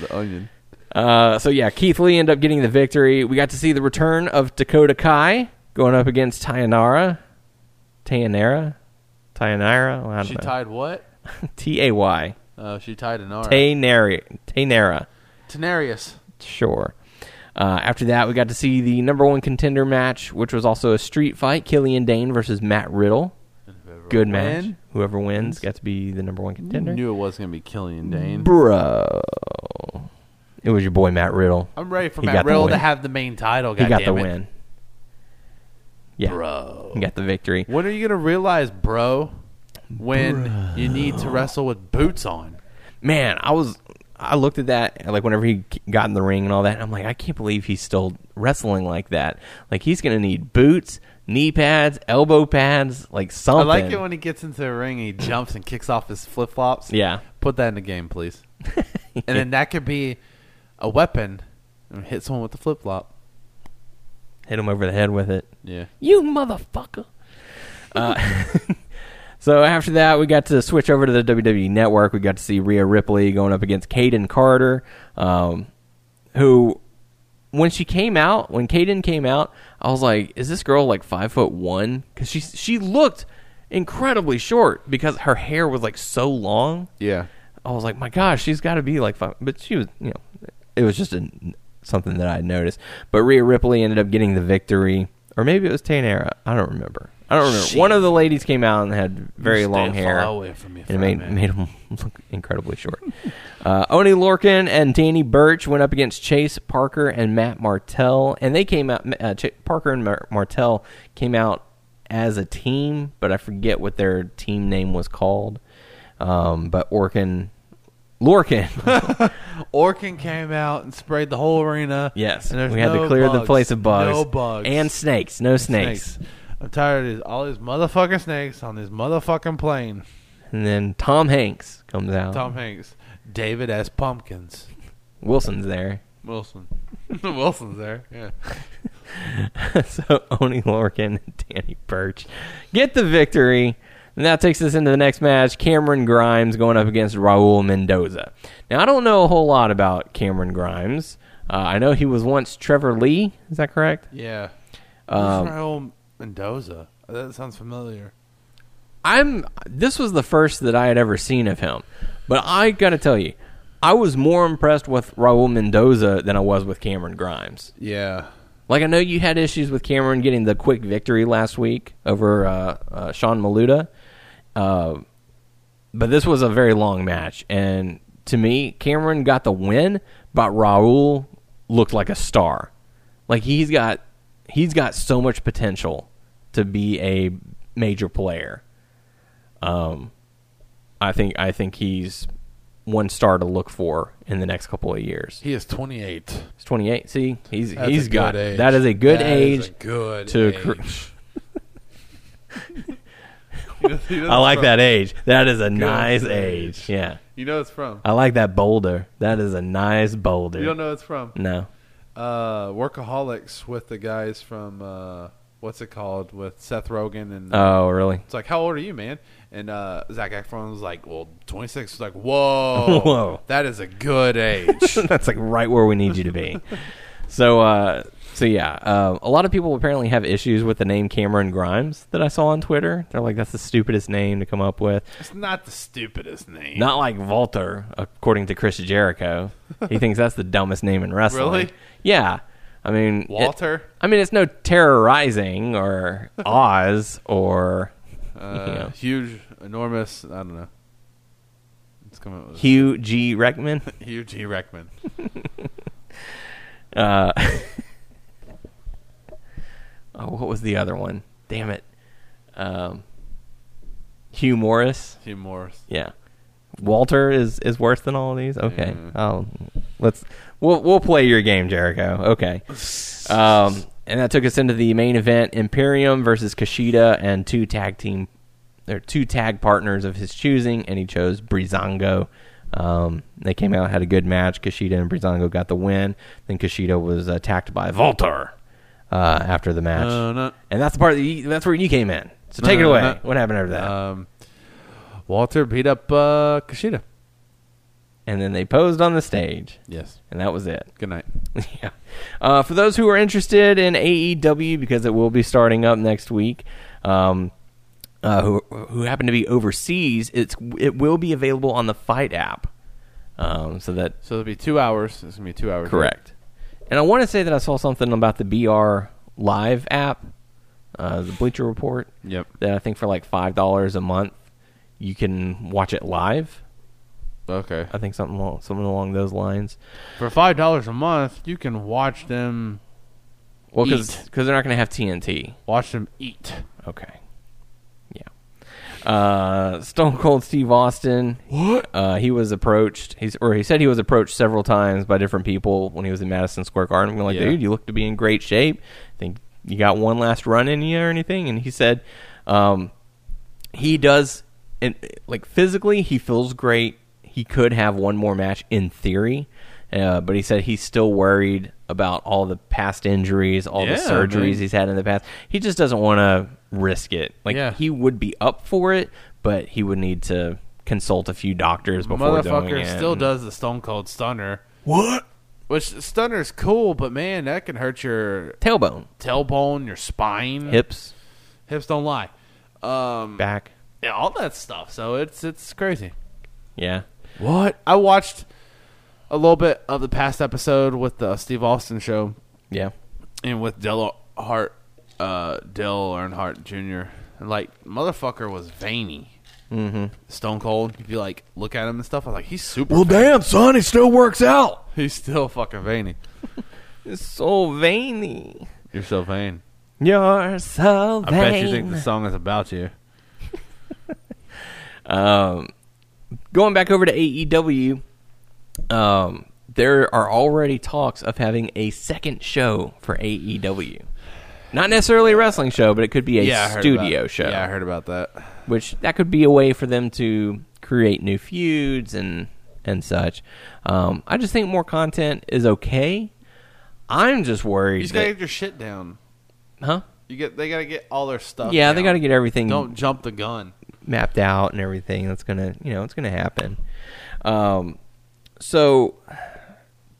[SPEAKER 4] The Onion.
[SPEAKER 3] Uh, so yeah, Keith Lee ended up getting the victory. We got to see the return of Dakota Kai going up against Tayanara. Tayanara? Tayanara? Well, I don't
[SPEAKER 4] She
[SPEAKER 3] know.
[SPEAKER 4] tied what?
[SPEAKER 3] T A Y.
[SPEAKER 4] Uh, she tied an R.
[SPEAKER 3] Tayanari- Tayanara.
[SPEAKER 4] Tenarius.
[SPEAKER 3] Sure. Uh, after that, we got to see the number one contender match, which was also a street fight: Killian Dane versus Matt Riddle. Good match.
[SPEAKER 4] win-
[SPEAKER 3] Whoever wins got to be the number one contender.
[SPEAKER 4] Knew it was gonna be Killian Dane.
[SPEAKER 3] Bro, it was your boy Matt Riddle.
[SPEAKER 4] I'm ready for
[SPEAKER 3] He got
[SPEAKER 4] Matt
[SPEAKER 3] the
[SPEAKER 4] Riddle to
[SPEAKER 3] win.
[SPEAKER 4] have the main title.
[SPEAKER 3] he
[SPEAKER 4] God
[SPEAKER 3] got the
[SPEAKER 4] damn Oh, it.
[SPEAKER 3] win. Yeah,
[SPEAKER 4] bro.
[SPEAKER 3] he got the victory.
[SPEAKER 4] When are you gonna realize, bro, when you need to wrestle with boots on?
[SPEAKER 3] man, I was I looked at that like whenever he got in the ring and all that. And I'm like, I can't believe he's still wrestling like that. Like he's gonna need boots, knee pads, elbow pads, like something.
[SPEAKER 4] I like it when he gets into the ring and he jumps and kicks off his flip flops.
[SPEAKER 3] Yeah.
[SPEAKER 4] put that in the game, please. and then that could be a weapon and hit someone with the flip flop.
[SPEAKER 3] hit him over the head with it.
[SPEAKER 4] Yeah,
[SPEAKER 3] You motherfucker. Uh, so after that, we got to switch over to the WWE Network. We got to see Rhea Ripley going up against Caden Carter, um, who, when she came out, when Caden came out, I was like, "Is this girl like five foot one?" Because she she looked incredibly short because her hair was like so long.
[SPEAKER 4] yeah.
[SPEAKER 3] I was like, my gosh, she's got to be like five. But she was, you know, it was just a, something that I noticed. But Rhea Ripley ended up getting the victory, or maybe it was Tanera. I don't remember. I don't remember. One of the ladies came out and had very long
[SPEAKER 4] far
[SPEAKER 3] hair.
[SPEAKER 4] away from me Oh, for
[SPEAKER 3] and
[SPEAKER 4] a
[SPEAKER 3] it made
[SPEAKER 4] minute.
[SPEAKER 3] made him look incredibly short. uh, Oni Lorkin and Danny Birch went up against Chase Parker and Matt Martell, and they came out. Uh, Ch- Parker and Mar- Martell came out as a team, but I forget what their team name was called. Um, but Orkin, Lorkin,
[SPEAKER 4] Orkin came out and sprayed the whole arena.
[SPEAKER 3] yes,
[SPEAKER 4] and there's
[SPEAKER 3] we had
[SPEAKER 4] no
[SPEAKER 3] to clear the
[SPEAKER 4] bugs.
[SPEAKER 3] place of bugs,
[SPEAKER 4] No bugs
[SPEAKER 3] and snakes, no snakes.
[SPEAKER 4] snakes. I'm tired of these, all these motherfucking snakes on this motherfucking plane.
[SPEAKER 3] And then Tom Hanks
[SPEAKER 4] Um,
[SPEAKER 3] comes out.
[SPEAKER 4] Tom Hanks, David S. Pumpkins,
[SPEAKER 3] Wilson's there.
[SPEAKER 4] Wilson. Wilson's there. Yeah.
[SPEAKER 3] so Oni Lorcan and Danny Birch get the victory. And that takes us into the next match. Cameron Grimes going up against Raul Mendoza. Now, I don't know a whole lot about Cameron Grimes. Uh, I know he was once Trevor Lee. Is that correct?
[SPEAKER 4] Yeah. Um, Mendoza. That sounds familiar.
[SPEAKER 3] I'm. This was the first that I had ever seen of him. But I got to tell you, I was more impressed with Raul Mendoza than I was with Cameron Grimes.
[SPEAKER 4] Yeah.
[SPEAKER 3] Like I know you had issues with Cameron getting the quick victory last week over uh, uh, Sean Maluda, uh, but this was a very long match, and to me, Cameron got the win, but Raul looked like a star. Like he's got he's got so much potential to be a major player. Um, I think I think he's one star to look for in the next couple of years.
[SPEAKER 4] He is 28.
[SPEAKER 3] He's 28. See, he's
[SPEAKER 4] That's
[SPEAKER 3] he's
[SPEAKER 4] a
[SPEAKER 3] got
[SPEAKER 4] good
[SPEAKER 3] it.
[SPEAKER 4] age.
[SPEAKER 3] that is a good
[SPEAKER 4] That
[SPEAKER 3] age.
[SPEAKER 4] is a good
[SPEAKER 3] to
[SPEAKER 4] age.
[SPEAKER 3] cr-
[SPEAKER 4] You know- you know
[SPEAKER 3] I
[SPEAKER 4] it's
[SPEAKER 3] like
[SPEAKER 4] from-
[SPEAKER 3] that age. That is a nice
[SPEAKER 4] age.
[SPEAKER 3] age. Yeah,
[SPEAKER 4] You know it's from.
[SPEAKER 3] I like that boulder. That is a nice boulder.
[SPEAKER 4] You don't know it's from.
[SPEAKER 3] No,
[SPEAKER 4] Uh, workaholics with the guys from uh, what's it called with Seth Rogen and
[SPEAKER 3] oh really?
[SPEAKER 4] it's like how old are you, man? And uh, Zach Efron was like, well, 26. Was like, whoa,
[SPEAKER 3] Whoa.
[SPEAKER 4] that is a good age.
[SPEAKER 3] That's like right where we need you to be. so, uh, so yeah, uh, a lot of people apparently have issues with the name Cameron Grimes that I saw on Twitter. They're like, that's the stupidest name to come up with.
[SPEAKER 4] it's not the stupidest name.
[SPEAKER 3] Not like Walter, according to Chris Jericho. He thinks that's the dumbest name in wrestling.
[SPEAKER 4] Really?
[SPEAKER 3] Yeah. I mean, it-
[SPEAKER 4] Walter?
[SPEAKER 3] I mean, it's no terrorizing or Oz or
[SPEAKER 4] uh,
[SPEAKER 3] you know,
[SPEAKER 4] huge, enormous. I don't know. It's coming up with
[SPEAKER 3] Hugh G. Reckman.
[SPEAKER 4] Hugh G. Reckman.
[SPEAKER 3] Uh, oh, what was the other one? Damn it. Um, Hugh Morris.
[SPEAKER 4] Hugh Morris.
[SPEAKER 3] Yeah. Walter is is worse than all of these. Okay.
[SPEAKER 4] Mm.
[SPEAKER 3] Oh, let's we'll we'll play your game, Jericho. Okay. Um, and that took us into the main event: Imperium versus Kushida and two tag team, or two tag partners of his choosing, and he chose Brizongo. Um, they came out had a good match. Kushida and Brizongo got the win. Then Kushida was attacked by Volter uh, after the match,
[SPEAKER 4] No, no.
[SPEAKER 3] and that's the part that you, that's where you came in. So take it
[SPEAKER 4] no, no,
[SPEAKER 3] away.
[SPEAKER 4] no.
[SPEAKER 3] What happened after that?
[SPEAKER 4] Um, Walter beat up uh, Kushida.
[SPEAKER 3] and then they posed on the stage,
[SPEAKER 4] Yes.
[SPEAKER 3] and that was it.
[SPEAKER 4] Good night.
[SPEAKER 3] yeah. Uh, for those who are interested in AEW, because it will be starting up next week, um, uh, who who happen to be overseas, it's it will be available on the Fight app. Um, so that
[SPEAKER 4] So it'll be two hours. It's gonna be two hours.
[SPEAKER 3] correct. And I want to say that I saw something about the BR Live app, uh, the Bleacher Report.
[SPEAKER 4] Yep.
[SPEAKER 3] That I think for like five dollars a month, you can watch it live.
[SPEAKER 4] Okay.
[SPEAKER 3] I think something along, something along those lines.
[SPEAKER 4] For five dollars a month, you can watch them
[SPEAKER 3] Well, because
[SPEAKER 4] Eat.
[SPEAKER 3] they're not going to have TNT.
[SPEAKER 4] watch them eat.
[SPEAKER 3] Okay. Yeah. Uh, Stone Cold Steve Austin. What? Uh, he was approached. He's or he said he was approached several times by different people when he was in Madison Square Garden. We're like,
[SPEAKER 4] Yeah.
[SPEAKER 3] dude, you look to be in great shape. Think you got one last run in you or anything? And he said, um, he does. And like physically, he feels great. He could have one more match in theory. Uh, but he said he's still worried about all the past injuries, all
[SPEAKER 4] Yeah,
[SPEAKER 3] the surgeries
[SPEAKER 4] man.
[SPEAKER 3] he's he's had in the past. He just doesn't want to risk it. Like
[SPEAKER 4] Yeah.
[SPEAKER 3] he would be up for it, but he would need to consult a few doctors before doing
[SPEAKER 4] Motherfucker
[SPEAKER 3] it.
[SPEAKER 4] still does the Stone Cold Stunner,
[SPEAKER 2] What?
[SPEAKER 4] which Stunner's cool, but man, that can hurt your
[SPEAKER 3] tailbone,
[SPEAKER 4] tailbone, your spine,
[SPEAKER 3] hips,
[SPEAKER 4] hips don't lie, um,
[SPEAKER 3] back.
[SPEAKER 4] yeah, all that stuff. So it's it's crazy.
[SPEAKER 3] Yeah.
[SPEAKER 4] What I watched a little bit of the past episode with the Steve Austin show.
[SPEAKER 3] Yeah.
[SPEAKER 4] and with Dell Hart, uh, Dell Earnhardt Jr. Like motherfucker was veiny. Mm-hmm. Stone Cold. If you like look at him and stuff, I was like, he's super.
[SPEAKER 2] Well, damn, son, he still works out.
[SPEAKER 4] He's still fucking veiny.
[SPEAKER 3] It's so veiny.
[SPEAKER 4] You're so vain.
[SPEAKER 3] You're so
[SPEAKER 4] I
[SPEAKER 3] vain.
[SPEAKER 4] bet you think the song is about you.
[SPEAKER 3] Um, going back over to AEW, um, there are already talks of having a second show for AEW. Not necessarily a wrestling show, but it could be a
[SPEAKER 4] yeah, I heard
[SPEAKER 3] studio
[SPEAKER 4] about-
[SPEAKER 3] show.
[SPEAKER 4] Yeah, I heard about that.
[SPEAKER 3] which that could be a way for them to create new feuds and and such. Um, I just think more content is okay. I'm just worried.
[SPEAKER 4] You just gotta
[SPEAKER 3] that-
[SPEAKER 4] get your shit down.
[SPEAKER 3] huh?
[SPEAKER 4] You get they gotta get all their stuff.
[SPEAKER 3] Yeah, they
[SPEAKER 4] down.
[SPEAKER 3] got to get everything
[SPEAKER 4] Don't jump the gun.
[SPEAKER 3] mapped out and everything. That's gonna, you know, it's gonna happen. Um, so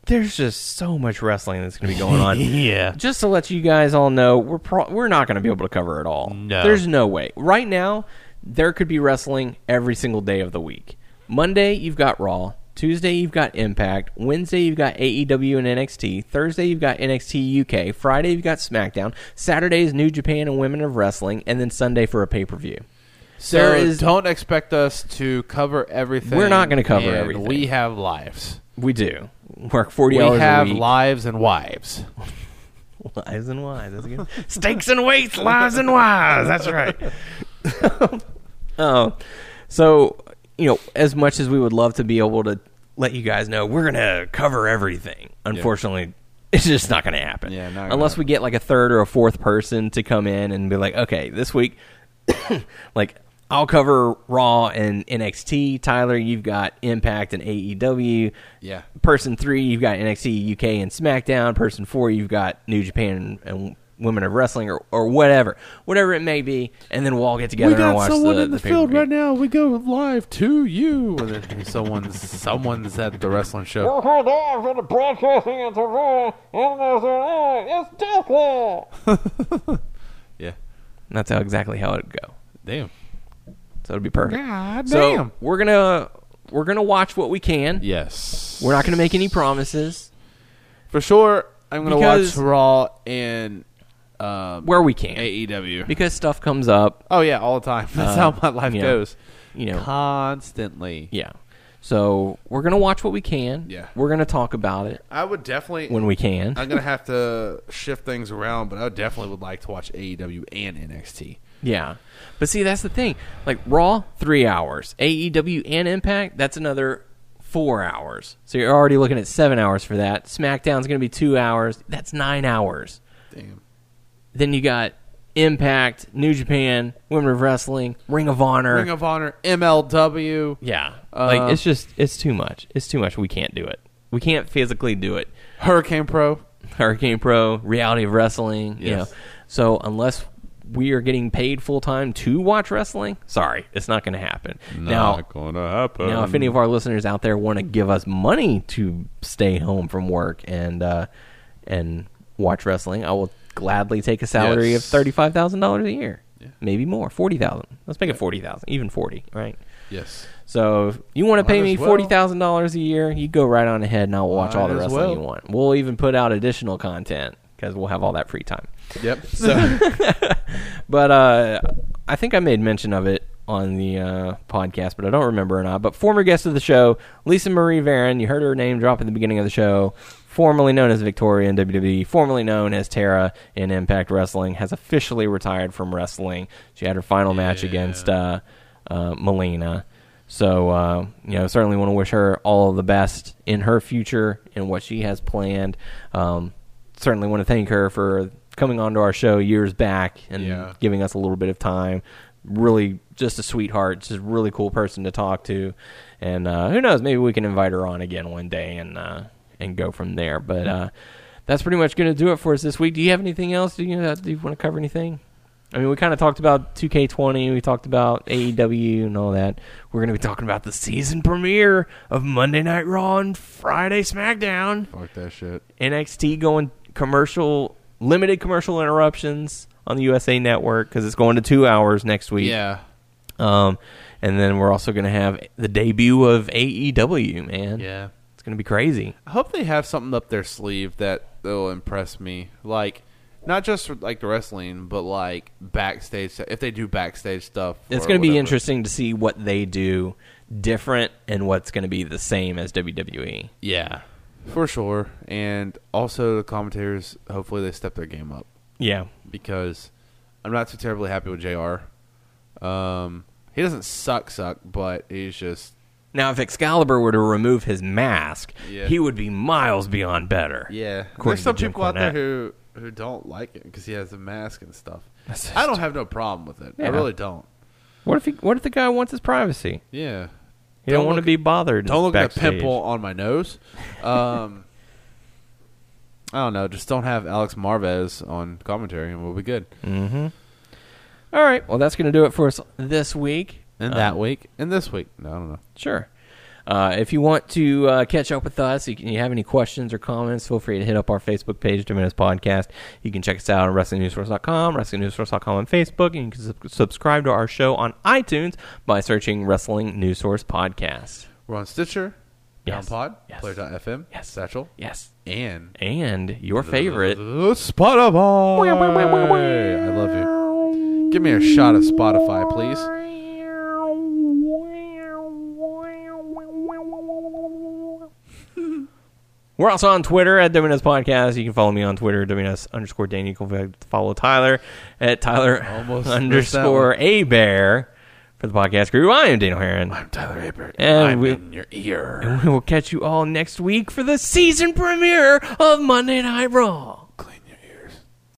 [SPEAKER 3] there's just so much wrestling that's gonna be going on.
[SPEAKER 5] Yeah.
[SPEAKER 3] Just to let you guys all know, we're pro- we're not gonna be able to cover it all.
[SPEAKER 5] No.
[SPEAKER 3] there's no way. Right now, there could be wrestling every single day of the week. Monday, you've got Raw. Tuesday, you've got Impact. Wednesday, you've got AEW and NXT. Thursday, you've got NXT UK. Friday, you've got SmackDown. Saturday is New Japan and Women of Wrestling, and then Sunday for a pay per view.
[SPEAKER 4] So
[SPEAKER 3] There is-
[SPEAKER 4] don't expect us to cover everything.
[SPEAKER 3] We're not gonna cover
[SPEAKER 4] and
[SPEAKER 3] everything.
[SPEAKER 4] We have lives.
[SPEAKER 3] We do work forty
[SPEAKER 4] we
[SPEAKER 3] hours
[SPEAKER 4] have
[SPEAKER 3] a week.
[SPEAKER 4] lives and wives.
[SPEAKER 3] lies and wise. That's good.
[SPEAKER 5] Stakes and weights, lies and wise. That's right.
[SPEAKER 3] Um, so you know, as much as we would love to be able to let you guys know, we're gonna cover everything. Unfortunately, it's just not gonna happen.
[SPEAKER 4] Yeah, not gonna
[SPEAKER 3] unless we get like a third or a fourth person to come in and be like, okay, this week, like. I'll cover Raw and NXT. Tyler, you've got Impact and AEW.
[SPEAKER 4] Yeah.
[SPEAKER 3] Person three, you've got NXT UK and SmackDown. Person four, you've got New Japan and, and Women of Wrestling or, or whatever, whatever it may be. And then we'll all get together and watch the, pay-per-view.
[SPEAKER 4] now. We go live to you. And then someone's someone's at the wrestling show. Yeah.
[SPEAKER 3] That's how exactly how it'd go.
[SPEAKER 4] Damn.
[SPEAKER 3] So it'd be perfect.
[SPEAKER 4] God
[SPEAKER 3] so we're gonna we're gonna watch what we can.
[SPEAKER 4] Yes.
[SPEAKER 3] We're not gonna make any promises
[SPEAKER 4] for sure. I'm gonna
[SPEAKER 3] Because-
[SPEAKER 4] watch Raw and um,
[SPEAKER 3] where we can
[SPEAKER 4] AEW.
[SPEAKER 3] because stuff comes up.
[SPEAKER 4] oh yeah, all the time. That's how my life
[SPEAKER 3] Uh, yeah.
[SPEAKER 4] goes.
[SPEAKER 3] You know,
[SPEAKER 4] Constantly.
[SPEAKER 3] yeah. So we're gonna watch what we can.
[SPEAKER 4] Yeah.
[SPEAKER 3] We're gonna talk about it
[SPEAKER 4] I would definitely.
[SPEAKER 3] when we can.
[SPEAKER 4] I'm gonna have to shift things around, but I definitely would like to watch AEW and NXT.
[SPEAKER 3] Yeah. But see, that's the thing. Like Raw, three hours. AEW and Impact, that's another four hours. So you're already looking at seven hours for that. SmackDown's going to be two hours. That's nine hours.
[SPEAKER 4] Damn.
[SPEAKER 3] Then you got Impact, New Japan, Women of Wrestling, Ring of Honor.
[SPEAKER 4] Ring of Honor, MLW.
[SPEAKER 3] yeah.
[SPEAKER 4] Uh,
[SPEAKER 3] like it's just it's too much. It's too much. We can't do it. We can't physically do it.
[SPEAKER 4] Hurricane Pro.
[SPEAKER 3] Hurricane Pro, Reality of Wrestling, you know.
[SPEAKER 4] Yes.
[SPEAKER 3] So unless we are getting paid full time to watch wrestling, sorry, it's not going to happen. now,
[SPEAKER 4] gonna happen.
[SPEAKER 3] now, if any of our listeners out there want to give us money to stay home from work and uh, and watch wrestling, I will gladly take a salary of
[SPEAKER 4] Yes.
[SPEAKER 3] thirty five thousand dollars a year, maybe more, forty thousand. Let's make it forty thousand, even forty, right?
[SPEAKER 4] yes,
[SPEAKER 3] So if you want to pay
[SPEAKER 4] Might
[SPEAKER 3] me
[SPEAKER 4] as well.
[SPEAKER 3] forty thousand dollars a year, you go right on ahead, and I'll watch all
[SPEAKER 4] Might
[SPEAKER 3] the
[SPEAKER 4] as
[SPEAKER 3] wrestling
[SPEAKER 4] well.
[SPEAKER 3] you want. We'll even put out additional content because we'll have all that free time.
[SPEAKER 4] yep. So
[SPEAKER 3] But uh, I think I made mention of it on the uh, podcast, but I don't remember or not. But former guest of the show, Lisa Marie Varon, you heard her name drop at the beginning of the show. Formerly known as Victoria in WWE, formerly known as Tara in Impact Wrestling, has officially retired from wrestling. She had her final match against uh, uh, Melina. So, uh, you know, certainly want to wish her all the best in her future and what she has planned. Um, certainly want to thank her for coming onto our show years back and
[SPEAKER 4] Yeah.
[SPEAKER 3] giving us a little bit of time. Really, just a sweetheart, just a really cool person to talk to. And uh, who knows, maybe we can invite her on again one day and uh, and go from there. But uh, that's pretty much going to do it for us this week. Do you have anything else? Do you uh, do you want to cover anything? I mean, we kind of talked about 2K20. We talked about AEW and all that. We're going to be talking about the season premiere of Monday Night Raw and Friday SmackDown.
[SPEAKER 4] fuck that shit.
[SPEAKER 3] NXT going commercial, limited commercial interruptions on the USA Network because it's going to two hours next week.
[SPEAKER 4] Yeah,
[SPEAKER 3] Um, and then we're also going to have the debut of AEW. Man,
[SPEAKER 4] yeah.
[SPEAKER 3] it's going to be crazy.
[SPEAKER 4] I hope they have something up their sleeve that will impress me. Like, not just like the wrestling, but like backstage. stuff. If they do backstage stuff,
[SPEAKER 3] It's
[SPEAKER 4] or
[SPEAKER 3] going to be
[SPEAKER 4] whatever.
[SPEAKER 3] interesting to see what they do different and what's going to be the same as E. WWE.
[SPEAKER 4] Yeah, for sure. And also the commentators. Hopefully, they step their game up.
[SPEAKER 3] Yeah,
[SPEAKER 4] because I'm not too terribly happy with JR. Um, he doesn't suck, suck, but he's just
[SPEAKER 3] Now, if Excalibur were to remove his mask,
[SPEAKER 4] Yeah.
[SPEAKER 3] he would be miles beyond better.
[SPEAKER 4] yeah.
[SPEAKER 3] According
[SPEAKER 4] There's
[SPEAKER 3] to
[SPEAKER 4] some
[SPEAKER 3] Jim
[SPEAKER 4] people out there
[SPEAKER 3] Cornette.
[SPEAKER 4] who who don't like it because he has a mask and stuff.
[SPEAKER 3] That's
[SPEAKER 4] I don't have no problem with it.
[SPEAKER 3] Yeah.
[SPEAKER 4] I really don't.
[SPEAKER 3] What if he, what if the guy wants his privacy?
[SPEAKER 4] Yeah.
[SPEAKER 3] He don't,
[SPEAKER 4] Don't
[SPEAKER 3] want to
[SPEAKER 4] look-
[SPEAKER 3] be bothered.
[SPEAKER 4] Don't look at a
[SPEAKER 3] backstage.
[SPEAKER 4] pimple on my nose. Um, I don't know. Just don't have Alex Marvez on commentary, and we'll be good.
[SPEAKER 3] All right. Well, that's going to do it for us this week.
[SPEAKER 4] And
[SPEAKER 3] Uh,
[SPEAKER 4] that week, and this week. No, I don't know.
[SPEAKER 3] Sure. Uh, if you want to uh, catch up with us, you, can, you have any questions or comments, feel free to hit up our Facebook page, Two Minutes Podcast. You can check us out on WrestlingNewsSource.com, WrestlingNewsSource.com on Facebook, and you can sub- subscribe to our show on iTunes by searching Wrestling News Source Podcast.
[SPEAKER 4] We're on Stitcher,
[SPEAKER 3] Yes.
[SPEAKER 4] DownPod,
[SPEAKER 3] Yes.
[SPEAKER 4] Player.fm,
[SPEAKER 3] Yes.
[SPEAKER 4] Satchel,
[SPEAKER 3] Yes.
[SPEAKER 4] and
[SPEAKER 3] And your favorite.
[SPEAKER 4] Spotify. I love you. Give me a shot of Spotify, please.
[SPEAKER 3] We're also on Twitter at WNS Podcast. You can follow me on Twitter, WNS underscore Dane. You can follow Tyler at Tyler
[SPEAKER 4] Almost
[SPEAKER 3] underscore A Bear for the podcast group. I am Daniel Heron.
[SPEAKER 4] I'm Tyler Abert.
[SPEAKER 3] And
[SPEAKER 4] I'm
[SPEAKER 3] we-
[SPEAKER 4] in your ear.
[SPEAKER 3] We will catch you all next week for the season premiere of Monday Night Raw.